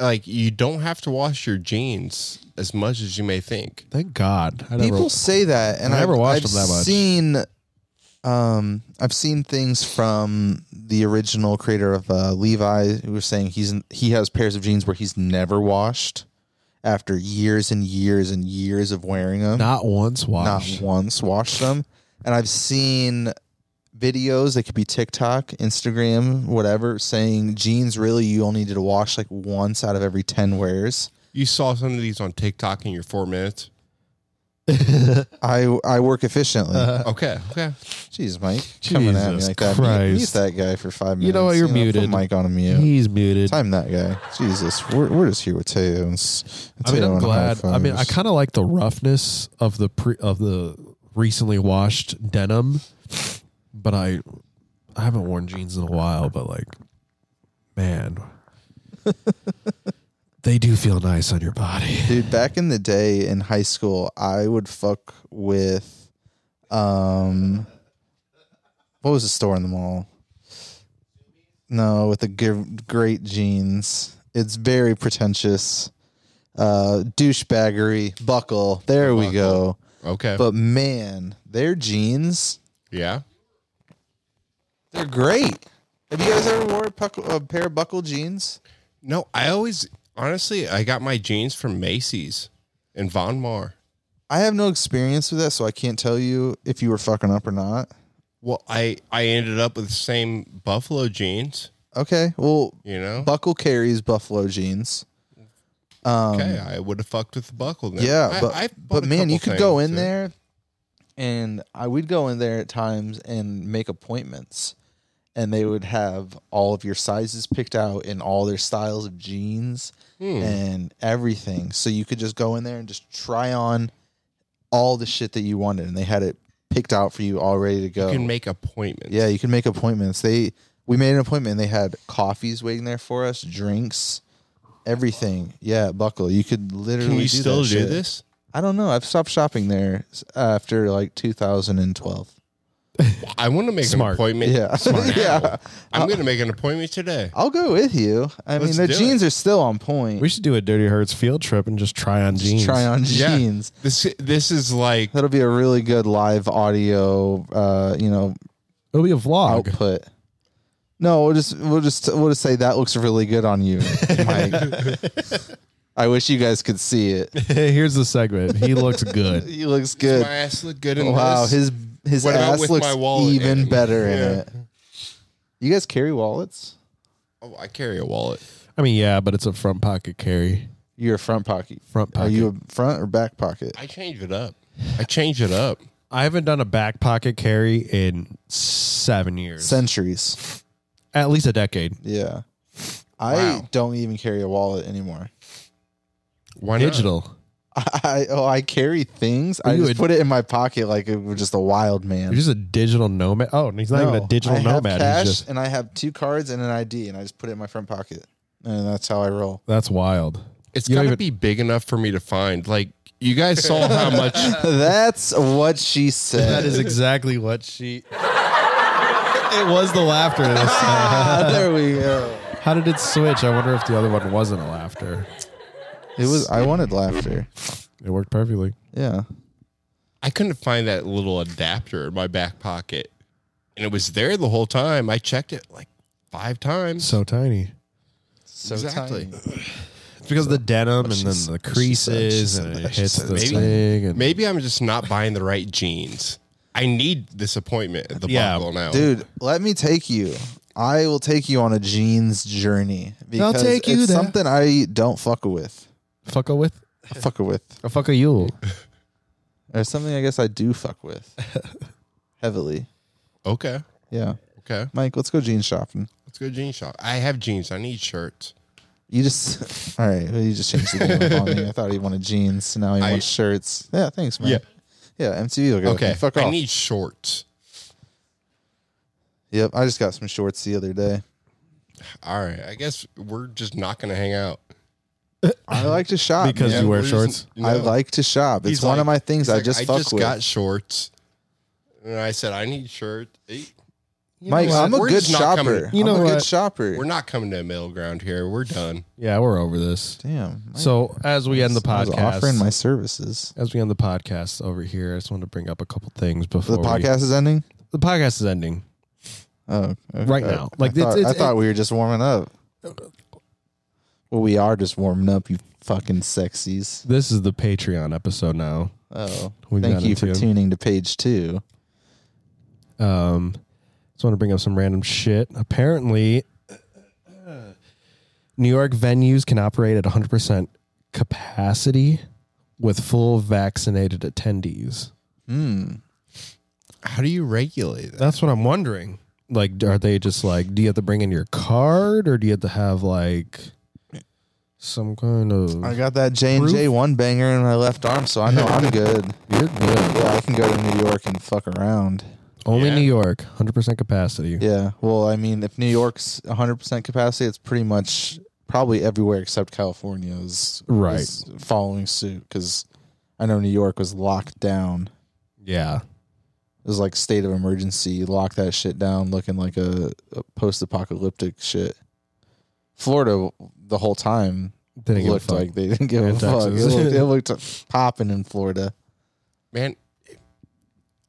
Speaker 3: Like you don't have to wash your jeans as much as you may think.
Speaker 2: Thank God. I
Speaker 1: People
Speaker 2: never,
Speaker 1: say that, and
Speaker 2: I never
Speaker 1: I've,
Speaker 2: watched
Speaker 1: I've
Speaker 2: them that much.
Speaker 1: Seen, um, I've seen things from the original creator of uh, Levi, who was saying he's he has pairs of jeans where he's never washed after years and years and years of wearing them,
Speaker 2: not once
Speaker 1: not
Speaker 2: washed.
Speaker 1: once washed them. And I've seen videos that could be TikTok, Instagram, whatever, saying jeans really you only need to wash like once out of every ten wears.
Speaker 3: You saw some of these on TikTok in your four minutes.
Speaker 1: I I work efficiently.
Speaker 2: Uh,
Speaker 3: Okay, okay.
Speaker 1: Jeez, Mike, coming at me
Speaker 2: Uh-huh. Jesus
Speaker 1: like that.
Speaker 2: Christ.
Speaker 1: Mute that guy for five minutes.
Speaker 2: You know what? You're
Speaker 1: Put
Speaker 2: muted.
Speaker 1: Mike on a mute.
Speaker 2: He's muted.
Speaker 1: Time that guy. Jesus, we're, we're just here with Teo and, s- and
Speaker 2: I mean,
Speaker 1: Teo
Speaker 2: I'm
Speaker 1: and
Speaker 2: glad. I mean, I
Speaker 1: high-fivers.
Speaker 2: kind of like the roughness of the pre of the recently washed denim, but I I haven't worn jeans in a while. But like, man, they do feel nice on your body.
Speaker 1: dude. Back in the day in high school, I would fuck with, um, what was the store in the mall? No, with the g- great jeans. It's very pretentious. Uh, douchebaggery, buckle. There we go.
Speaker 3: Okay.
Speaker 1: But man, their jeans,
Speaker 3: yeah.
Speaker 1: they're great. Have you guys ever wore a, puckle, a pair of buckle jeans?
Speaker 3: No, I always honestly I got my jeans from Macy's and Von Mar.
Speaker 1: I have no experience with that, so I can't tell you if you were fucking up or not.
Speaker 3: Well, I I ended up with the same buffalo jeans,
Speaker 1: Okay, well,
Speaker 3: you know.
Speaker 1: buckle carries buffalo jeans.
Speaker 3: okay, I would have fucked with the buckle then.
Speaker 1: Um, Yeah,
Speaker 3: I-
Speaker 1: but
Speaker 3: I bought
Speaker 1: but
Speaker 3: a
Speaker 1: man, you
Speaker 3: couple
Speaker 1: could go
Speaker 3: things
Speaker 1: in
Speaker 3: that-
Speaker 1: there, and I would go in there at times and make appointments, and they would have all of your sizes picked out and all their styles of jeans and everything, so you could just go in there and just try on all the shit that you wanted, and they had it picked out for you all ready to go.
Speaker 3: You can make appointments.
Speaker 1: Yeah, you can make appointments. They we made an appointment. and They had coffees waiting there for us, drinks, everything. Yeah, Buckle. You could literally.
Speaker 3: Can we
Speaker 1: do
Speaker 3: still
Speaker 1: that
Speaker 3: do
Speaker 1: shit.
Speaker 3: this?
Speaker 1: I don't know. I've stopped shopping there s- after like 2012.
Speaker 3: I want to make
Speaker 2: Smart.
Speaker 3: an appointment.
Speaker 1: Yeah.
Speaker 3: Smart.
Speaker 1: Yeah.
Speaker 3: I'm going to make an appointment today.
Speaker 1: I'll go with you. I mean,
Speaker 3: Let's
Speaker 1: the
Speaker 3: do
Speaker 1: jeans are still on point.
Speaker 2: We should do a Dirty Hurts field trip and just try on jeans.
Speaker 1: Try on jeans.
Speaker 3: This this is like
Speaker 1: That'll be a really good live audio, uh, you know,
Speaker 2: It'll be a vlog.
Speaker 1: output. No, we'll just we'll just we'll just say that looks really good on you, Mike. I wish you guys could see it.
Speaker 2: Oh. Here's the segment. He looks good.
Speaker 1: He looks
Speaker 3: Does
Speaker 1: good.
Speaker 3: my ass look good in
Speaker 1: Wow,
Speaker 3: this?
Speaker 1: his his
Speaker 3: What about
Speaker 1: ass
Speaker 3: with
Speaker 1: looks
Speaker 3: my wallet
Speaker 1: even
Speaker 3: in it?
Speaker 1: better in
Speaker 3: Yeah.
Speaker 1: it. You guys carry wallets?
Speaker 3: oh, I carry a wallet.
Speaker 2: I mean, yeah, but it's a front pocket carry.
Speaker 1: You're a front pocket.
Speaker 2: Front
Speaker 1: Are
Speaker 2: pocket.
Speaker 1: you a front or back pocket?
Speaker 3: I change it up. I change it up.
Speaker 2: I haven't done a back pocket carry in seven years.
Speaker 1: Centuries.
Speaker 2: At least a decade.
Speaker 1: Yeah. I
Speaker 3: Wow.
Speaker 1: don't even carry a wallet anymore.
Speaker 3: Why
Speaker 2: Digital.
Speaker 1: I oh I carry things. I
Speaker 2: You
Speaker 1: just
Speaker 2: would-
Speaker 1: put it in my pocket like it was just a wild
Speaker 2: You're
Speaker 1: man.
Speaker 2: just a digital nomad. Oh, and he's not even
Speaker 1: No,
Speaker 2: a digital
Speaker 1: I have
Speaker 2: nomad.
Speaker 1: cash
Speaker 2: He's just
Speaker 1: and I have two cards and an ID, and I just put it in my front pocket, and that's how I roll.
Speaker 2: that's wild.
Speaker 3: It's
Speaker 2: You
Speaker 3: got
Speaker 2: don't
Speaker 3: to
Speaker 2: even-
Speaker 3: be big enough for me to find. Like you guys saw how much.
Speaker 1: that's what she said.
Speaker 2: That is exactly what she. it was the laughter. This time.
Speaker 1: Ah, there we go.
Speaker 2: How did it switch? I wonder if the other one wasn't a laughter.
Speaker 1: It was. I wanted laughter.
Speaker 2: It worked perfectly.
Speaker 1: Yeah.
Speaker 3: I couldn't find that little adapter in my back pocket, and it was there the whole time. I checked it like five times.
Speaker 2: So tiny.
Speaker 1: So
Speaker 3: Exactly.
Speaker 1: tiny.
Speaker 2: It's because of the denim and
Speaker 1: she
Speaker 2: then
Speaker 1: said-
Speaker 2: the
Speaker 1: what she
Speaker 2: creases
Speaker 1: said, she said
Speaker 2: and it
Speaker 1: that, she
Speaker 2: hits
Speaker 1: said
Speaker 2: the
Speaker 1: that.
Speaker 2: thing. And
Speaker 3: Maybe I'm just not buying the right jeans. I need this appointment at the
Speaker 2: Yeah.
Speaker 3: buckle now,
Speaker 1: Dude, let me take you. I will take you on a jeans journey because
Speaker 2: take you
Speaker 1: it's
Speaker 2: there.
Speaker 1: something I don't fuck with.
Speaker 2: fuck a with
Speaker 1: I fuck with.
Speaker 2: a fuck a yule.
Speaker 1: Or something I guess I do fuck with. Heavily.
Speaker 3: Okay,
Speaker 1: Yeah.
Speaker 3: okay.
Speaker 1: Mike, let's go jeans shopping.
Speaker 3: Let's go jean shop. I have jeans. I need shirts.
Speaker 1: You just all right. Well, you just changed the game up on me. I thought he wanted jeans. so Now he
Speaker 3: I-
Speaker 1: wants shirts. Yeah, thanks, man.
Speaker 3: Yeah.
Speaker 1: yeah. MTV will go.
Speaker 3: Okay,
Speaker 1: Okay, fuck
Speaker 3: I
Speaker 1: off.
Speaker 3: need shorts.
Speaker 1: yep, I just got some shorts the other day.
Speaker 3: All right, I guess we're just not going to hang out
Speaker 1: I like to shop
Speaker 2: Because
Speaker 1: man.
Speaker 2: you wear
Speaker 3: we're just-
Speaker 2: shorts?
Speaker 1: I
Speaker 3: No.
Speaker 1: like to shop. It's
Speaker 3: He's
Speaker 1: one of my
Speaker 3: like-
Speaker 1: things
Speaker 3: he's
Speaker 1: I
Speaker 3: like,
Speaker 1: just fuck with.
Speaker 3: got shorts, and I said I need shirts. Hey, you
Speaker 1: Mike,
Speaker 3: know what?
Speaker 1: I'm a
Speaker 3: We're
Speaker 1: good
Speaker 3: just not
Speaker 1: shopper.
Speaker 3: coming-
Speaker 2: You know
Speaker 1: I'm a good
Speaker 2: what?
Speaker 1: shopper.
Speaker 3: we're not coming to a middle ground here. We're done.
Speaker 2: Yeah, we're over this.
Speaker 1: Damn. Mike,
Speaker 2: So as we end the
Speaker 1: I was offering
Speaker 2: podcast,
Speaker 1: my services.
Speaker 2: as we end the podcast over here, I just wanted to bring up a couple things before
Speaker 1: The
Speaker 2: we-
Speaker 1: podcast is ending.
Speaker 2: the podcast is ending.
Speaker 1: Oh, okay.
Speaker 2: Right now.
Speaker 1: Like
Speaker 2: Like,
Speaker 1: I
Speaker 2: it's-
Speaker 1: thought,
Speaker 2: it's-
Speaker 1: I thought we were just warming up. Well, we are just warming up. You fucking sexies.
Speaker 2: This is the Patreon episode now.
Speaker 1: Oh,
Speaker 2: We've
Speaker 1: thank
Speaker 2: gotten
Speaker 1: you for
Speaker 2: to-
Speaker 1: tuning to page two.
Speaker 2: Um, just want to bring up some random shit. Apparently, uh, New York venues can operate at 100% capacity with full vaccinated attendees.
Speaker 3: Hmm. How do you regulate that?
Speaker 2: That's what I'm wondering. Like, are they just like, do you have to bring in your card or do you have to have like some kind of.
Speaker 1: I got that J and J one banger in my left arm, so I know I'm good.
Speaker 2: You're good.
Speaker 1: Yeah, I can go to New York and fuck around.
Speaker 2: Only
Speaker 3: Yeah.
Speaker 2: New York, 100% capacity.
Speaker 1: Yeah. Well, I mean, if New York's 100% capacity, it's pretty much probably everywhere except California is,
Speaker 2: Right.
Speaker 1: is following suit because I know New York was locked down.
Speaker 2: Yeah.
Speaker 1: It was like state of emergency, lock that shit down, looking like a, a post apocalyptic shit. Florida, the whole time,
Speaker 2: Didn't give a
Speaker 1: looked
Speaker 2: fuck.
Speaker 1: like they didn't give a
Speaker 2: And
Speaker 1: fuck. It
Speaker 2: Texas.
Speaker 1: looked, it looked popping in Florida.
Speaker 3: Man,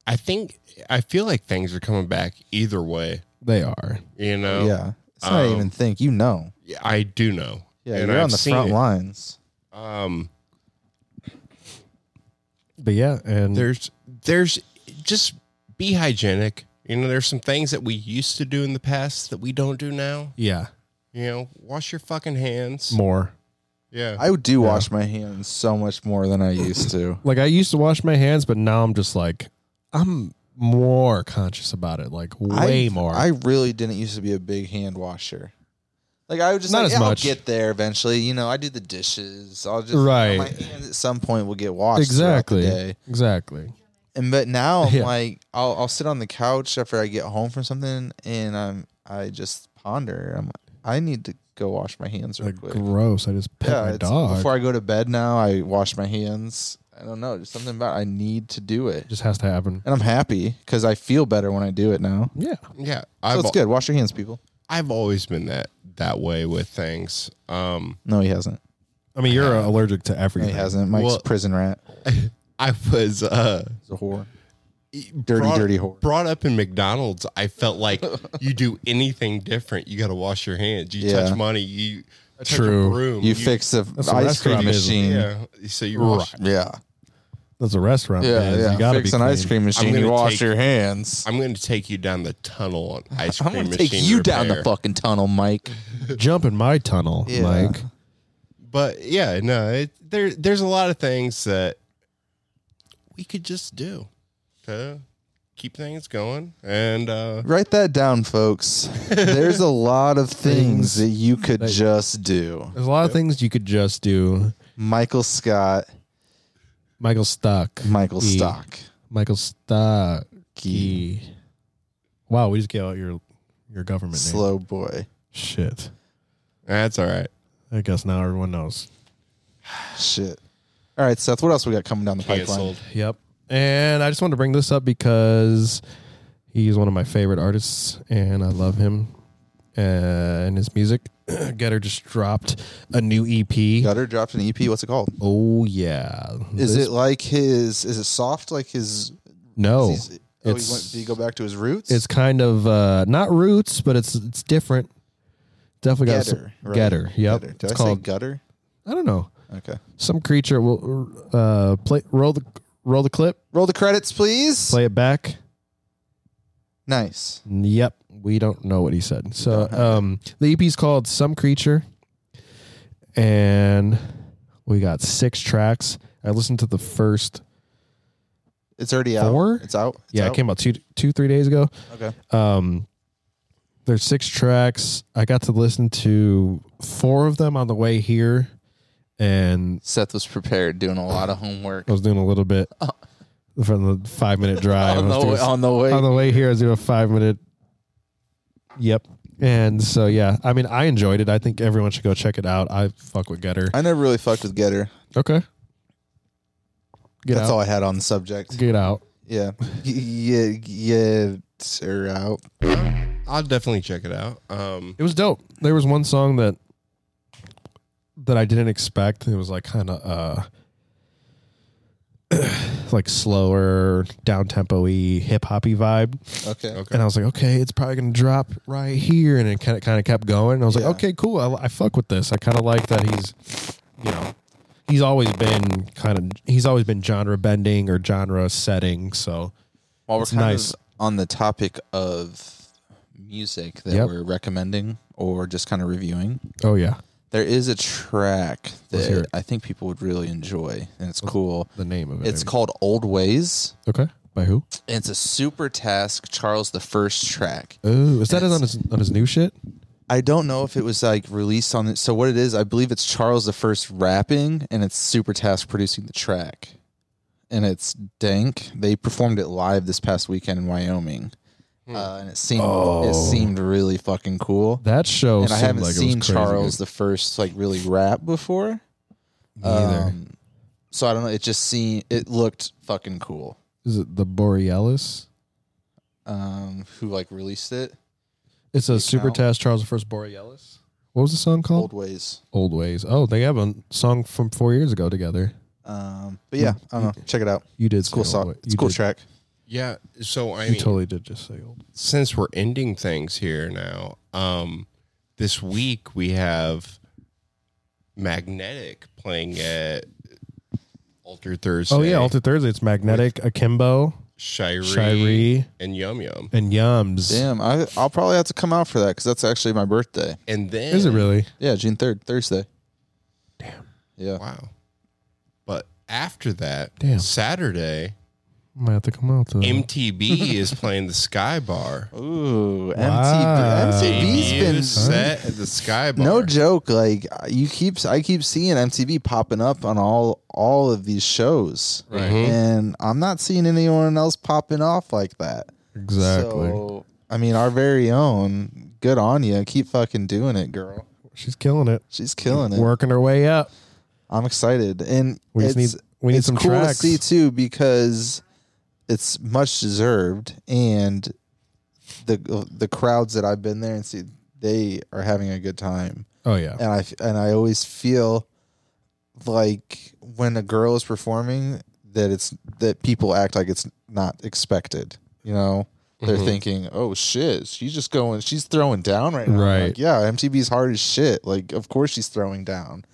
Speaker 3: I think I feel like things are coming back either way.
Speaker 2: They are.
Speaker 3: You know,
Speaker 1: Yeah. It's not
Speaker 3: Um,
Speaker 1: even think. You know.
Speaker 3: Yeah, I do know.
Speaker 1: Yeah.
Speaker 3: And
Speaker 1: you're
Speaker 3: I've
Speaker 1: on the
Speaker 3: seen
Speaker 1: front
Speaker 3: it.
Speaker 1: lines.
Speaker 3: Um,
Speaker 2: But yeah. And
Speaker 3: there's there's just be hygienic. You know, there's some things that we used to do in the past that we don't do now.
Speaker 2: yeah,
Speaker 3: You know, wash your fucking hands.
Speaker 2: more.
Speaker 3: Yeah.
Speaker 1: I do wash my hands so much more than I used to.
Speaker 2: like I used to wash my hands, but now I'm just like I'm more conscious about it, like way
Speaker 1: I,
Speaker 2: more.
Speaker 1: I really didn't used to be a big hand washer. Like I would just
Speaker 2: Not
Speaker 1: like,
Speaker 2: as
Speaker 1: "Yeah,
Speaker 2: much.
Speaker 1: I'll get there eventually. You know, I do the dishes. I'll just you know,
Speaker 2: Right.
Speaker 1: My hands at some point will get washed. Exactly.
Speaker 2: exactly, exactly.
Speaker 1: And but now I'm
Speaker 2: Yeah.
Speaker 1: like I'll I'll sit on the couch after I get home from something and I'm I just ponder. I'm I need to go wash my hands real
Speaker 2: Like
Speaker 1: quick.
Speaker 2: gross. I just pet my
Speaker 1: it's-
Speaker 2: dog.
Speaker 1: Before I go to bed now, I wash my hands. I don't know. There's something about I need to do it.
Speaker 2: it just has to happen.
Speaker 1: and I'm happy because I feel better when I do it now.
Speaker 2: Yeah,
Speaker 3: yeah.
Speaker 1: So
Speaker 3: I've,
Speaker 1: it's good. Wash your hands, people.
Speaker 3: I've always been that that way with things. Um,
Speaker 1: No, he hasn't.
Speaker 2: I mean you're allergic to
Speaker 1: No, he
Speaker 2: everything.
Speaker 1: hasn't. Mike's
Speaker 3: Well-
Speaker 1: prison rat.
Speaker 3: I was uh
Speaker 1: He's a whore. Dirty,
Speaker 3: brought,
Speaker 1: dirty whore.
Speaker 3: Brought up in McDonald's, I felt like you do anything different, you got to wash your hands. You
Speaker 1: Yeah.
Speaker 3: touch money, you touch
Speaker 2: True.
Speaker 3: a broom,
Speaker 1: You, fix the
Speaker 2: a
Speaker 1: ice cream
Speaker 2: restaurant business.
Speaker 1: machine.
Speaker 3: Yeah, so you wash.
Speaker 1: Yeah.
Speaker 2: That's a restaurant.
Speaker 1: Yeah.
Speaker 2: biz.
Speaker 1: yeah.
Speaker 2: You gotta
Speaker 1: Fix
Speaker 2: be
Speaker 1: an ice
Speaker 2: clean.
Speaker 1: cream machine.
Speaker 3: gonna
Speaker 1: You wash
Speaker 3: take-
Speaker 1: your hands.
Speaker 3: I'm going to take you down the tunnel on ice cream
Speaker 1: I'm going to
Speaker 3: machine.
Speaker 1: take you down the
Speaker 3: repair.
Speaker 1: fucking tunnel, Mike.
Speaker 2: Jump in my tunnel,
Speaker 1: Yeah.
Speaker 2: Mike.
Speaker 3: But yeah, no, it, there there's a lot of things that we could just do to keep things going. And uh,
Speaker 1: Write that down, folks. There's a lot of things that you could just do.
Speaker 2: There's a lot of things you could just do.
Speaker 1: Michael Scott,
Speaker 2: Michael Stock.
Speaker 1: Michael
Speaker 2: E.
Speaker 1: Stock.
Speaker 2: Michael Stocky.
Speaker 1: Key.
Speaker 2: Wow, we just gave out your your government name.
Speaker 1: Slow boy.
Speaker 2: Shit.
Speaker 3: that's all right.
Speaker 2: I guess now everyone knows.
Speaker 1: Shit. All right, Seth, what else we got coming down the pipeline?
Speaker 3: Canceled.
Speaker 2: Yep. And I just wanted to bring this up because he's one of my favorite artists and I love him uh, and his music. Getter just dropped a new EP.
Speaker 1: Gutter dropped an EP. What's it called?
Speaker 2: Oh, yeah.
Speaker 1: Is it like his? Is it soft like his?
Speaker 2: No.
Speaker 1: is he- oh, he
Speaker 2: it's-
Speaker 1: went. Did he go back to his roots?
Speaker 2: It's kind of uh, not roots, but it's it's different. Definitely got
Speaker 1: gutter.
Speaker 2: some,
Speaker 1: right?
Speaker 2: getter. Yep.
Speaker 1: Did
Speaker 2: It's
Speaker 1: I
Speaker 2: called
Speaker 1: say gutter?
Speaker 2: I don't know.
Speaker 1: Okay.
Speaker 2: Some creature will uh, play roll the roll the clip,
Speaker 1: Roll the credits, please.
Speaker 2: play it back.
Speaker 1: Nice.
Speaker 2: Yep, we don't know what he said. So um, the EP is called Some Creature, and we got six tracks. I listened to the first
Speaker 1: It's already out.
Speaker 2: Four?
Speaker 1: It's out. It's
Speaker 2: yeah,
Speaker 1: out?
Speaker 2: it came out two two three days ago.
Speaker 1: Okay.
Speaker 2: Um, there's six tracks. I got to listen to four of them on the way here, and
Speaker 1: Seth was prepared, doing a lot of homework
Speaker 2: I was doing a little bit from the five minute drive I
Speaker 1: Uh. on
Speaker 2: was
Speaker 1: the,
Speaker 2: doing
Speaker 1: way, on the way.
Speaker 2: on the way here, I was doing a five minute. Yep. And so yeah, I mean, I enjoyed it. I think everyone should go check it out. I fuck with Getter.
Speaker 1: I never really fucked with Getter.
Speaker 2: Okay. Get
Speaker 1: That's
Speaker 2: out.
Speaker 1: all I had on the subject.
Speaker 2: Get out.
Speaker 1: Yeah. Yeah. Yeah. Sir out.
Speaker 3: I'll definitely check it out. Um,
Speaker 2: It was dope. There was one song that that I didn't expect. It was like kind of uh like slower, down tempo y, hip hoppy vibe.
Speaker 1: Okay.
Speaker 3: Okay.
Speaker 2: And I was like, okay, it's probably gonna drop right here, and it kind of kind of kept going. And I was
Speaker 1: Yeah.
Speaker 2: like, okay, cool. I, I fuck with this. I kind of like that he's, you know, he's always been kind of he's always been genre bending or genre setting. So
Speaker 1: While we're
Speaker 2: It's
Speaker 1: kind
Speaker 2: nice.
Speaker 1: of on the topic of music that
Speaker 2: Yep.
Speaker 1: we're recommending or just kind of reviewing,
Speaker 2: oh yeah,
Speaker 1: there is a track
Speaker 2: Let's hear
Speaker 1: that
Speaker 2: it.
Speaker 1: I think people would really enjoy, and it's cool.
Speaker 2: the name of it.
Speaker 1: It's
Speaker 2: I mean.
Speaker 1: called Old Ways.
Speaker 2: okay by who?
Speaker 1: and It's a super task, Charles the First track.
Speaker 2: Oh, is that it on his on his new shit?
Speaker 1: I don't know if it was like released on it. So what it is, I believe it's Charles the First rapping, and it's Super Task producing the track, and it's dank. They performed it live this past weekend in Wyoming, uh, and it seemed it seemed really fucking cool.
Speaker 2: That show.
Speaker 1: and I
Speaker 2: seemed
Speaker 1: haven't
Speaker 2: Oh. like it was
Speaker 1: seen
Speaker 2: crazy
Speaker 1: Charles
Speaker 2: good.
Speaker 1: the First like really rap before.
Speaker 2: either.
Speaker 1: Um, so I don't know. It just seemed it looked fucking cool.
Speaker 2: Is it the Borealis?
Speaker 1: Um, who like released it?
Speaker 2: It's a super
Speaker 1: out.
Speaker 2: test Charles the First Borealis. What was the song called?
Speaker 1: Old ways.
Speaker 2: Old Ways. Oh, they have a song from four years ago together.
Speaker 1: Um, but yeah, I don't know. Check it out.
Speaker 2: You did
Speaker 1: Cool
Speaker 2: say Old
Speaker 1: song.
Speaker 2: Wa-
Speaker 1: It's
Speaker 2: Hmm. you
Speaker 1: a cool
Speaker 2: did-
Speaker 1: track.
Speaker 3: yeah. So I
Speaker 2: You
Speaker 3: mean,
Speaker 2: totally did just say old.
Speaker 3: since we're ending things here now, um, this week we have Magnetic playing at Alter Thursday.
Speaker 2: Oh yeah, Alter Thursday. It's magnetic, akimbo,
Speaker 3: Shiree,
Speaker 2: Shiree,
Speaker 3: and Yum Yum.
Speaker 2: and yums.
Speaker 1: Damn, I I'll probably have to come out for that because that's actually my birthday.
Speaker 3: And then
Speaker 2: Is it really?
Speaker 1: Yeah, June third, Thursday. Damn. Yeah.
Speaker 3: Wow. But after that,
Speaker 2: Damn.
Speaker 3: Saturday,
Speaker 2: Might have to come out to that.
Speaker 3: MTB is playing the Sky Bar.
Speaker 1: Ooh,
Speaker 2: Wow.
Speaker 1: MTV.
Speaker 3: Debut
Speaker 1: MTV's been
Speaker 3: set at the Sky Bar.
Speaker 1: no joke. Like you keep, I keep seeing MTV popping up on all all of these shows,
Speaker 3: Right. Mhm.
Speaker 1: and I'm not seeing anyone else popping off like that.
Speaker 2: Exactly.
Speaker 1: So, I mean, our very own. Good on you. Keep fucking doing it, girl.
Speaker 2: She's killing it.
Speaker 1: She's killing it.
Speaker 2: Working her way up.
Speaker 1: I'm excited, and
Speaker 2: We just
Speaker 1: it's-
Speaker 2: need we need
Speaker 1: it's
Speaker 2: some
Speaker 1: cool
Speaker 2: tracks.
Speaker 1: to see too because it's much deserved, and the the crowds that I've been there and see they are having a good time,
Speaker 2: oh yeah.
Speaker 1: and I and I always feel like when a girl is performing, that it's that people act like it's not expected. You know, they're thinking, "Oh shit, she's just going, she's throwing down right now."
Speaker 2: Right.
Speaker 1: Like, yeah, MTV's hard as shit. Like, of course she's throwing down.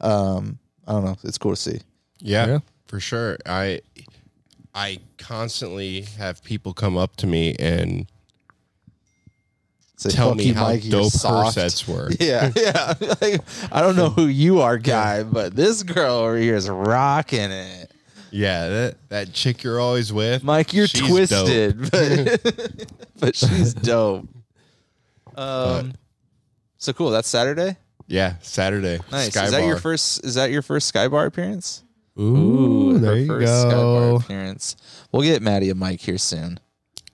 Speaker 1: Um, I don't know. It's cool to see.
Speaker 3: Yeah,
Speaker 2: Yeah.
Speaker 3: for sure. I I constantly have people come up to me and
Speaker 1: Say,
Speaker 3: tell
Speaker 1: "Fuck
Speaker 3: me
Speaker 1: you,
Speaker 3: how
Speaker 1: Mike, you're
Speaker 3: dope her
Speaker 1: soft."
Speaker 3: sets were.
Speaker 1: Yeah, yeah. Like, I don't know who you are, guy, but this girl over here is rocking it.
Speaker 3: Yeah, that, that chick you're always with,
Speaker 1: Mike, you're
Speaker 3: she's dope.
Speaker 1: twisted, but, but she's dope. Um, so cool. That's Saturday.
Speaker 3: Yeah, Saturday.
Speaker 1: Nice.
Speaker 3: Sky
Speaker 1: is that your
Speaker 3: Bar.
Speaker 1: first? Is that your first Skybar appearance?
Speaker 2: Ooh,
Speaker 1: her
Speaker 2: there you
Speaker 1: first Skybar
Speaker 2: go.
Speaker 1: appearance. We'll get Maddie a mic here soon.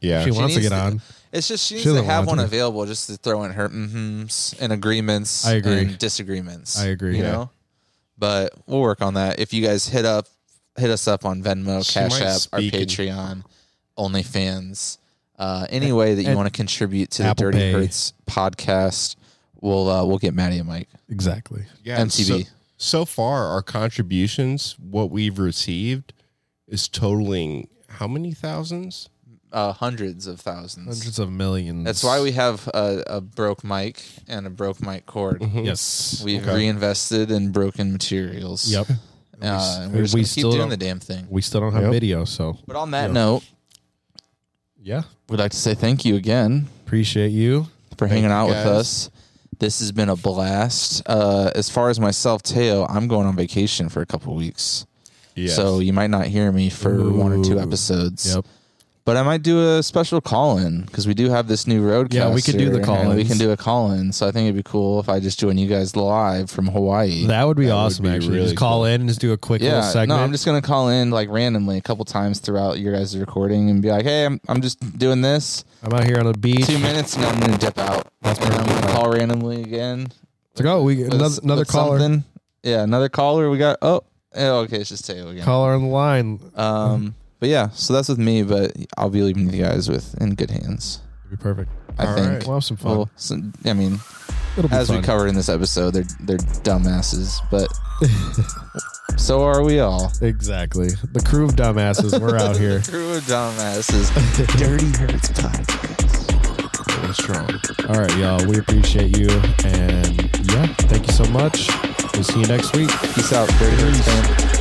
Speaker 3: Yeah,
Speaker 2: She wants to
Speaker 1: needs
Speaker 2: get
Speaker 1: to-
Speaker 2: on.
Speaker 1: It's just she needs to
Speaker 2: doesn't
Speaker 1: have one
Speaker 2: want to.
Speaker 1: available just to throw in her mhm's and agreements.
Speaker 2: I agree.
Speaker 1: And disagreements.
Speaker 2: I agree,
Speaker 1: You
Speaker 2: yeah.
Speaker 1: know, but we'll work on that. If you guys hit up, hit us up on Venmo,
Speaker 3: She
Speaker 1: Cash
Speaker 3: might
Speaker 1: App, our
Speaker 3: speak in-
Speaker 1: Patreon, OnlyFans, uh, any way that you
Speaker 2: and
Speaker 1: want to contribute to
Speaker 2: Apple
Speaker 1: the Dirty
Speaker 2: Pay.
Speaker 1: Hurts podcast. We'll uh, we'll get Maddie and Mike.
Speaker 2: Exactly.
Speaker 3: yeah,
Speaker 1: MTV.
Speaker 3: So, so far, our contributions, what we've received, is totaling how many thousands?
Speaker 1: Uh, hundreds of thousands.
Speaker 2: Hundreds of millions.
Speaker 1: That's why we have a, a broke mic and a broke mic cord.
Speaker 3: Mm-hmm.
Speaker 2: Yes.
Speaker 1: We've
Speaker 3: Okay.
Speaker 1: reinvested in broken materials.
Speaker 2: yep.
Speaker 1: Uh, and we're
Speaker 2: we
Speaker 1: just gonna
Speaker 2: still
Speaker 1: keep doing
Speaker 2: don't-
Speaker 1: the damn thing.
Speaker 2: We still don't have
Speaker 3: Yep.
Speaker 2: video, so
Speaker 1: But on that
Speaker 2: Yeah.
Speaker 1: note,
Speaker 2: yeah.
Speaker 1: we'd like to say thank you again
Speaker 2: Appreciate you.
Speaker 1: for hanging out
Speaker 3: guys.
Speaker 1: with us. This has been a blast. Uh, as far as myself, Teo, I'm going on vacation for a couple weeks,
Speaker 3: Yes.
Speaker 1: so you might not hear me for one or two
Speaker 2: Ooh.
Speaker 1: episodes.
Speaker 2: Yep.
Speaker 1: But I might do a special call in because we do have this new roadcaster.
Speaker 2: Yeah, we could do the
Speaker 1: and
Speaker 2: call-ins.
Speaker 1: We can do a call in, so I think it'd be cool if I just join you guys live from Hawaii.
Speaker 2: That would be
Speaker 3: That would
Speaker 2: awesome.
Speaker 3: be
Speaker 2: actually,
Speaker 3: really
Speaker 2: just call
Speaker 3: cool.
Speaker 2: in and just do a quick
Speaker 1: yeah,
Speaker 2: little segment.
Speaker 1: no, I'm just gonna call in like randomly a couple times throughout your guys' recording and be like, "Hey, I'm I'm just doing this
Speaker 2: I'm out here on the beach.
Speaker 1: two minutes, and I'm gonna dip out. That's and I'm gonna call randomly again.
Speaker 2: It's like, oh, we
Speaker 1: with-
Speaker 2: another, another
Speaker 1: with
Speaker 2: caller.
Speaker 1: something. Yeah, another caller. We got oh, eh, okay, it's just Teo again.
Speaker 2: Caller on the line.
Speaker 1: Um, but yeah, so that's with me, but I'll be leaving you guys with in good hands.
Speaker 2: It'd be perfect.
Speaker 1: I
Speaker 3: All
Speaker 1: think.
Speaker 3: right.
Speaker 2: We'll have some fun.
Speaker 1: Well, so, I mean,
Speaker 2: It'll be
Speaker 1: as we
Speaker 2: fun.
Speaker 1: covered in this episode, they're they're dumbasses, but so are we all.
Speaker 2: Exactly. The crew of dumbasses. We're out here.
Speaker 1: Crew of dumbasses. Dirty Hurts podcast.
Speaker 2: All right, y'all. We appreciate you. And yeah, thank you so much. We'll see you next week.
Speaker 1: Peace out, Dirty Hurts fam.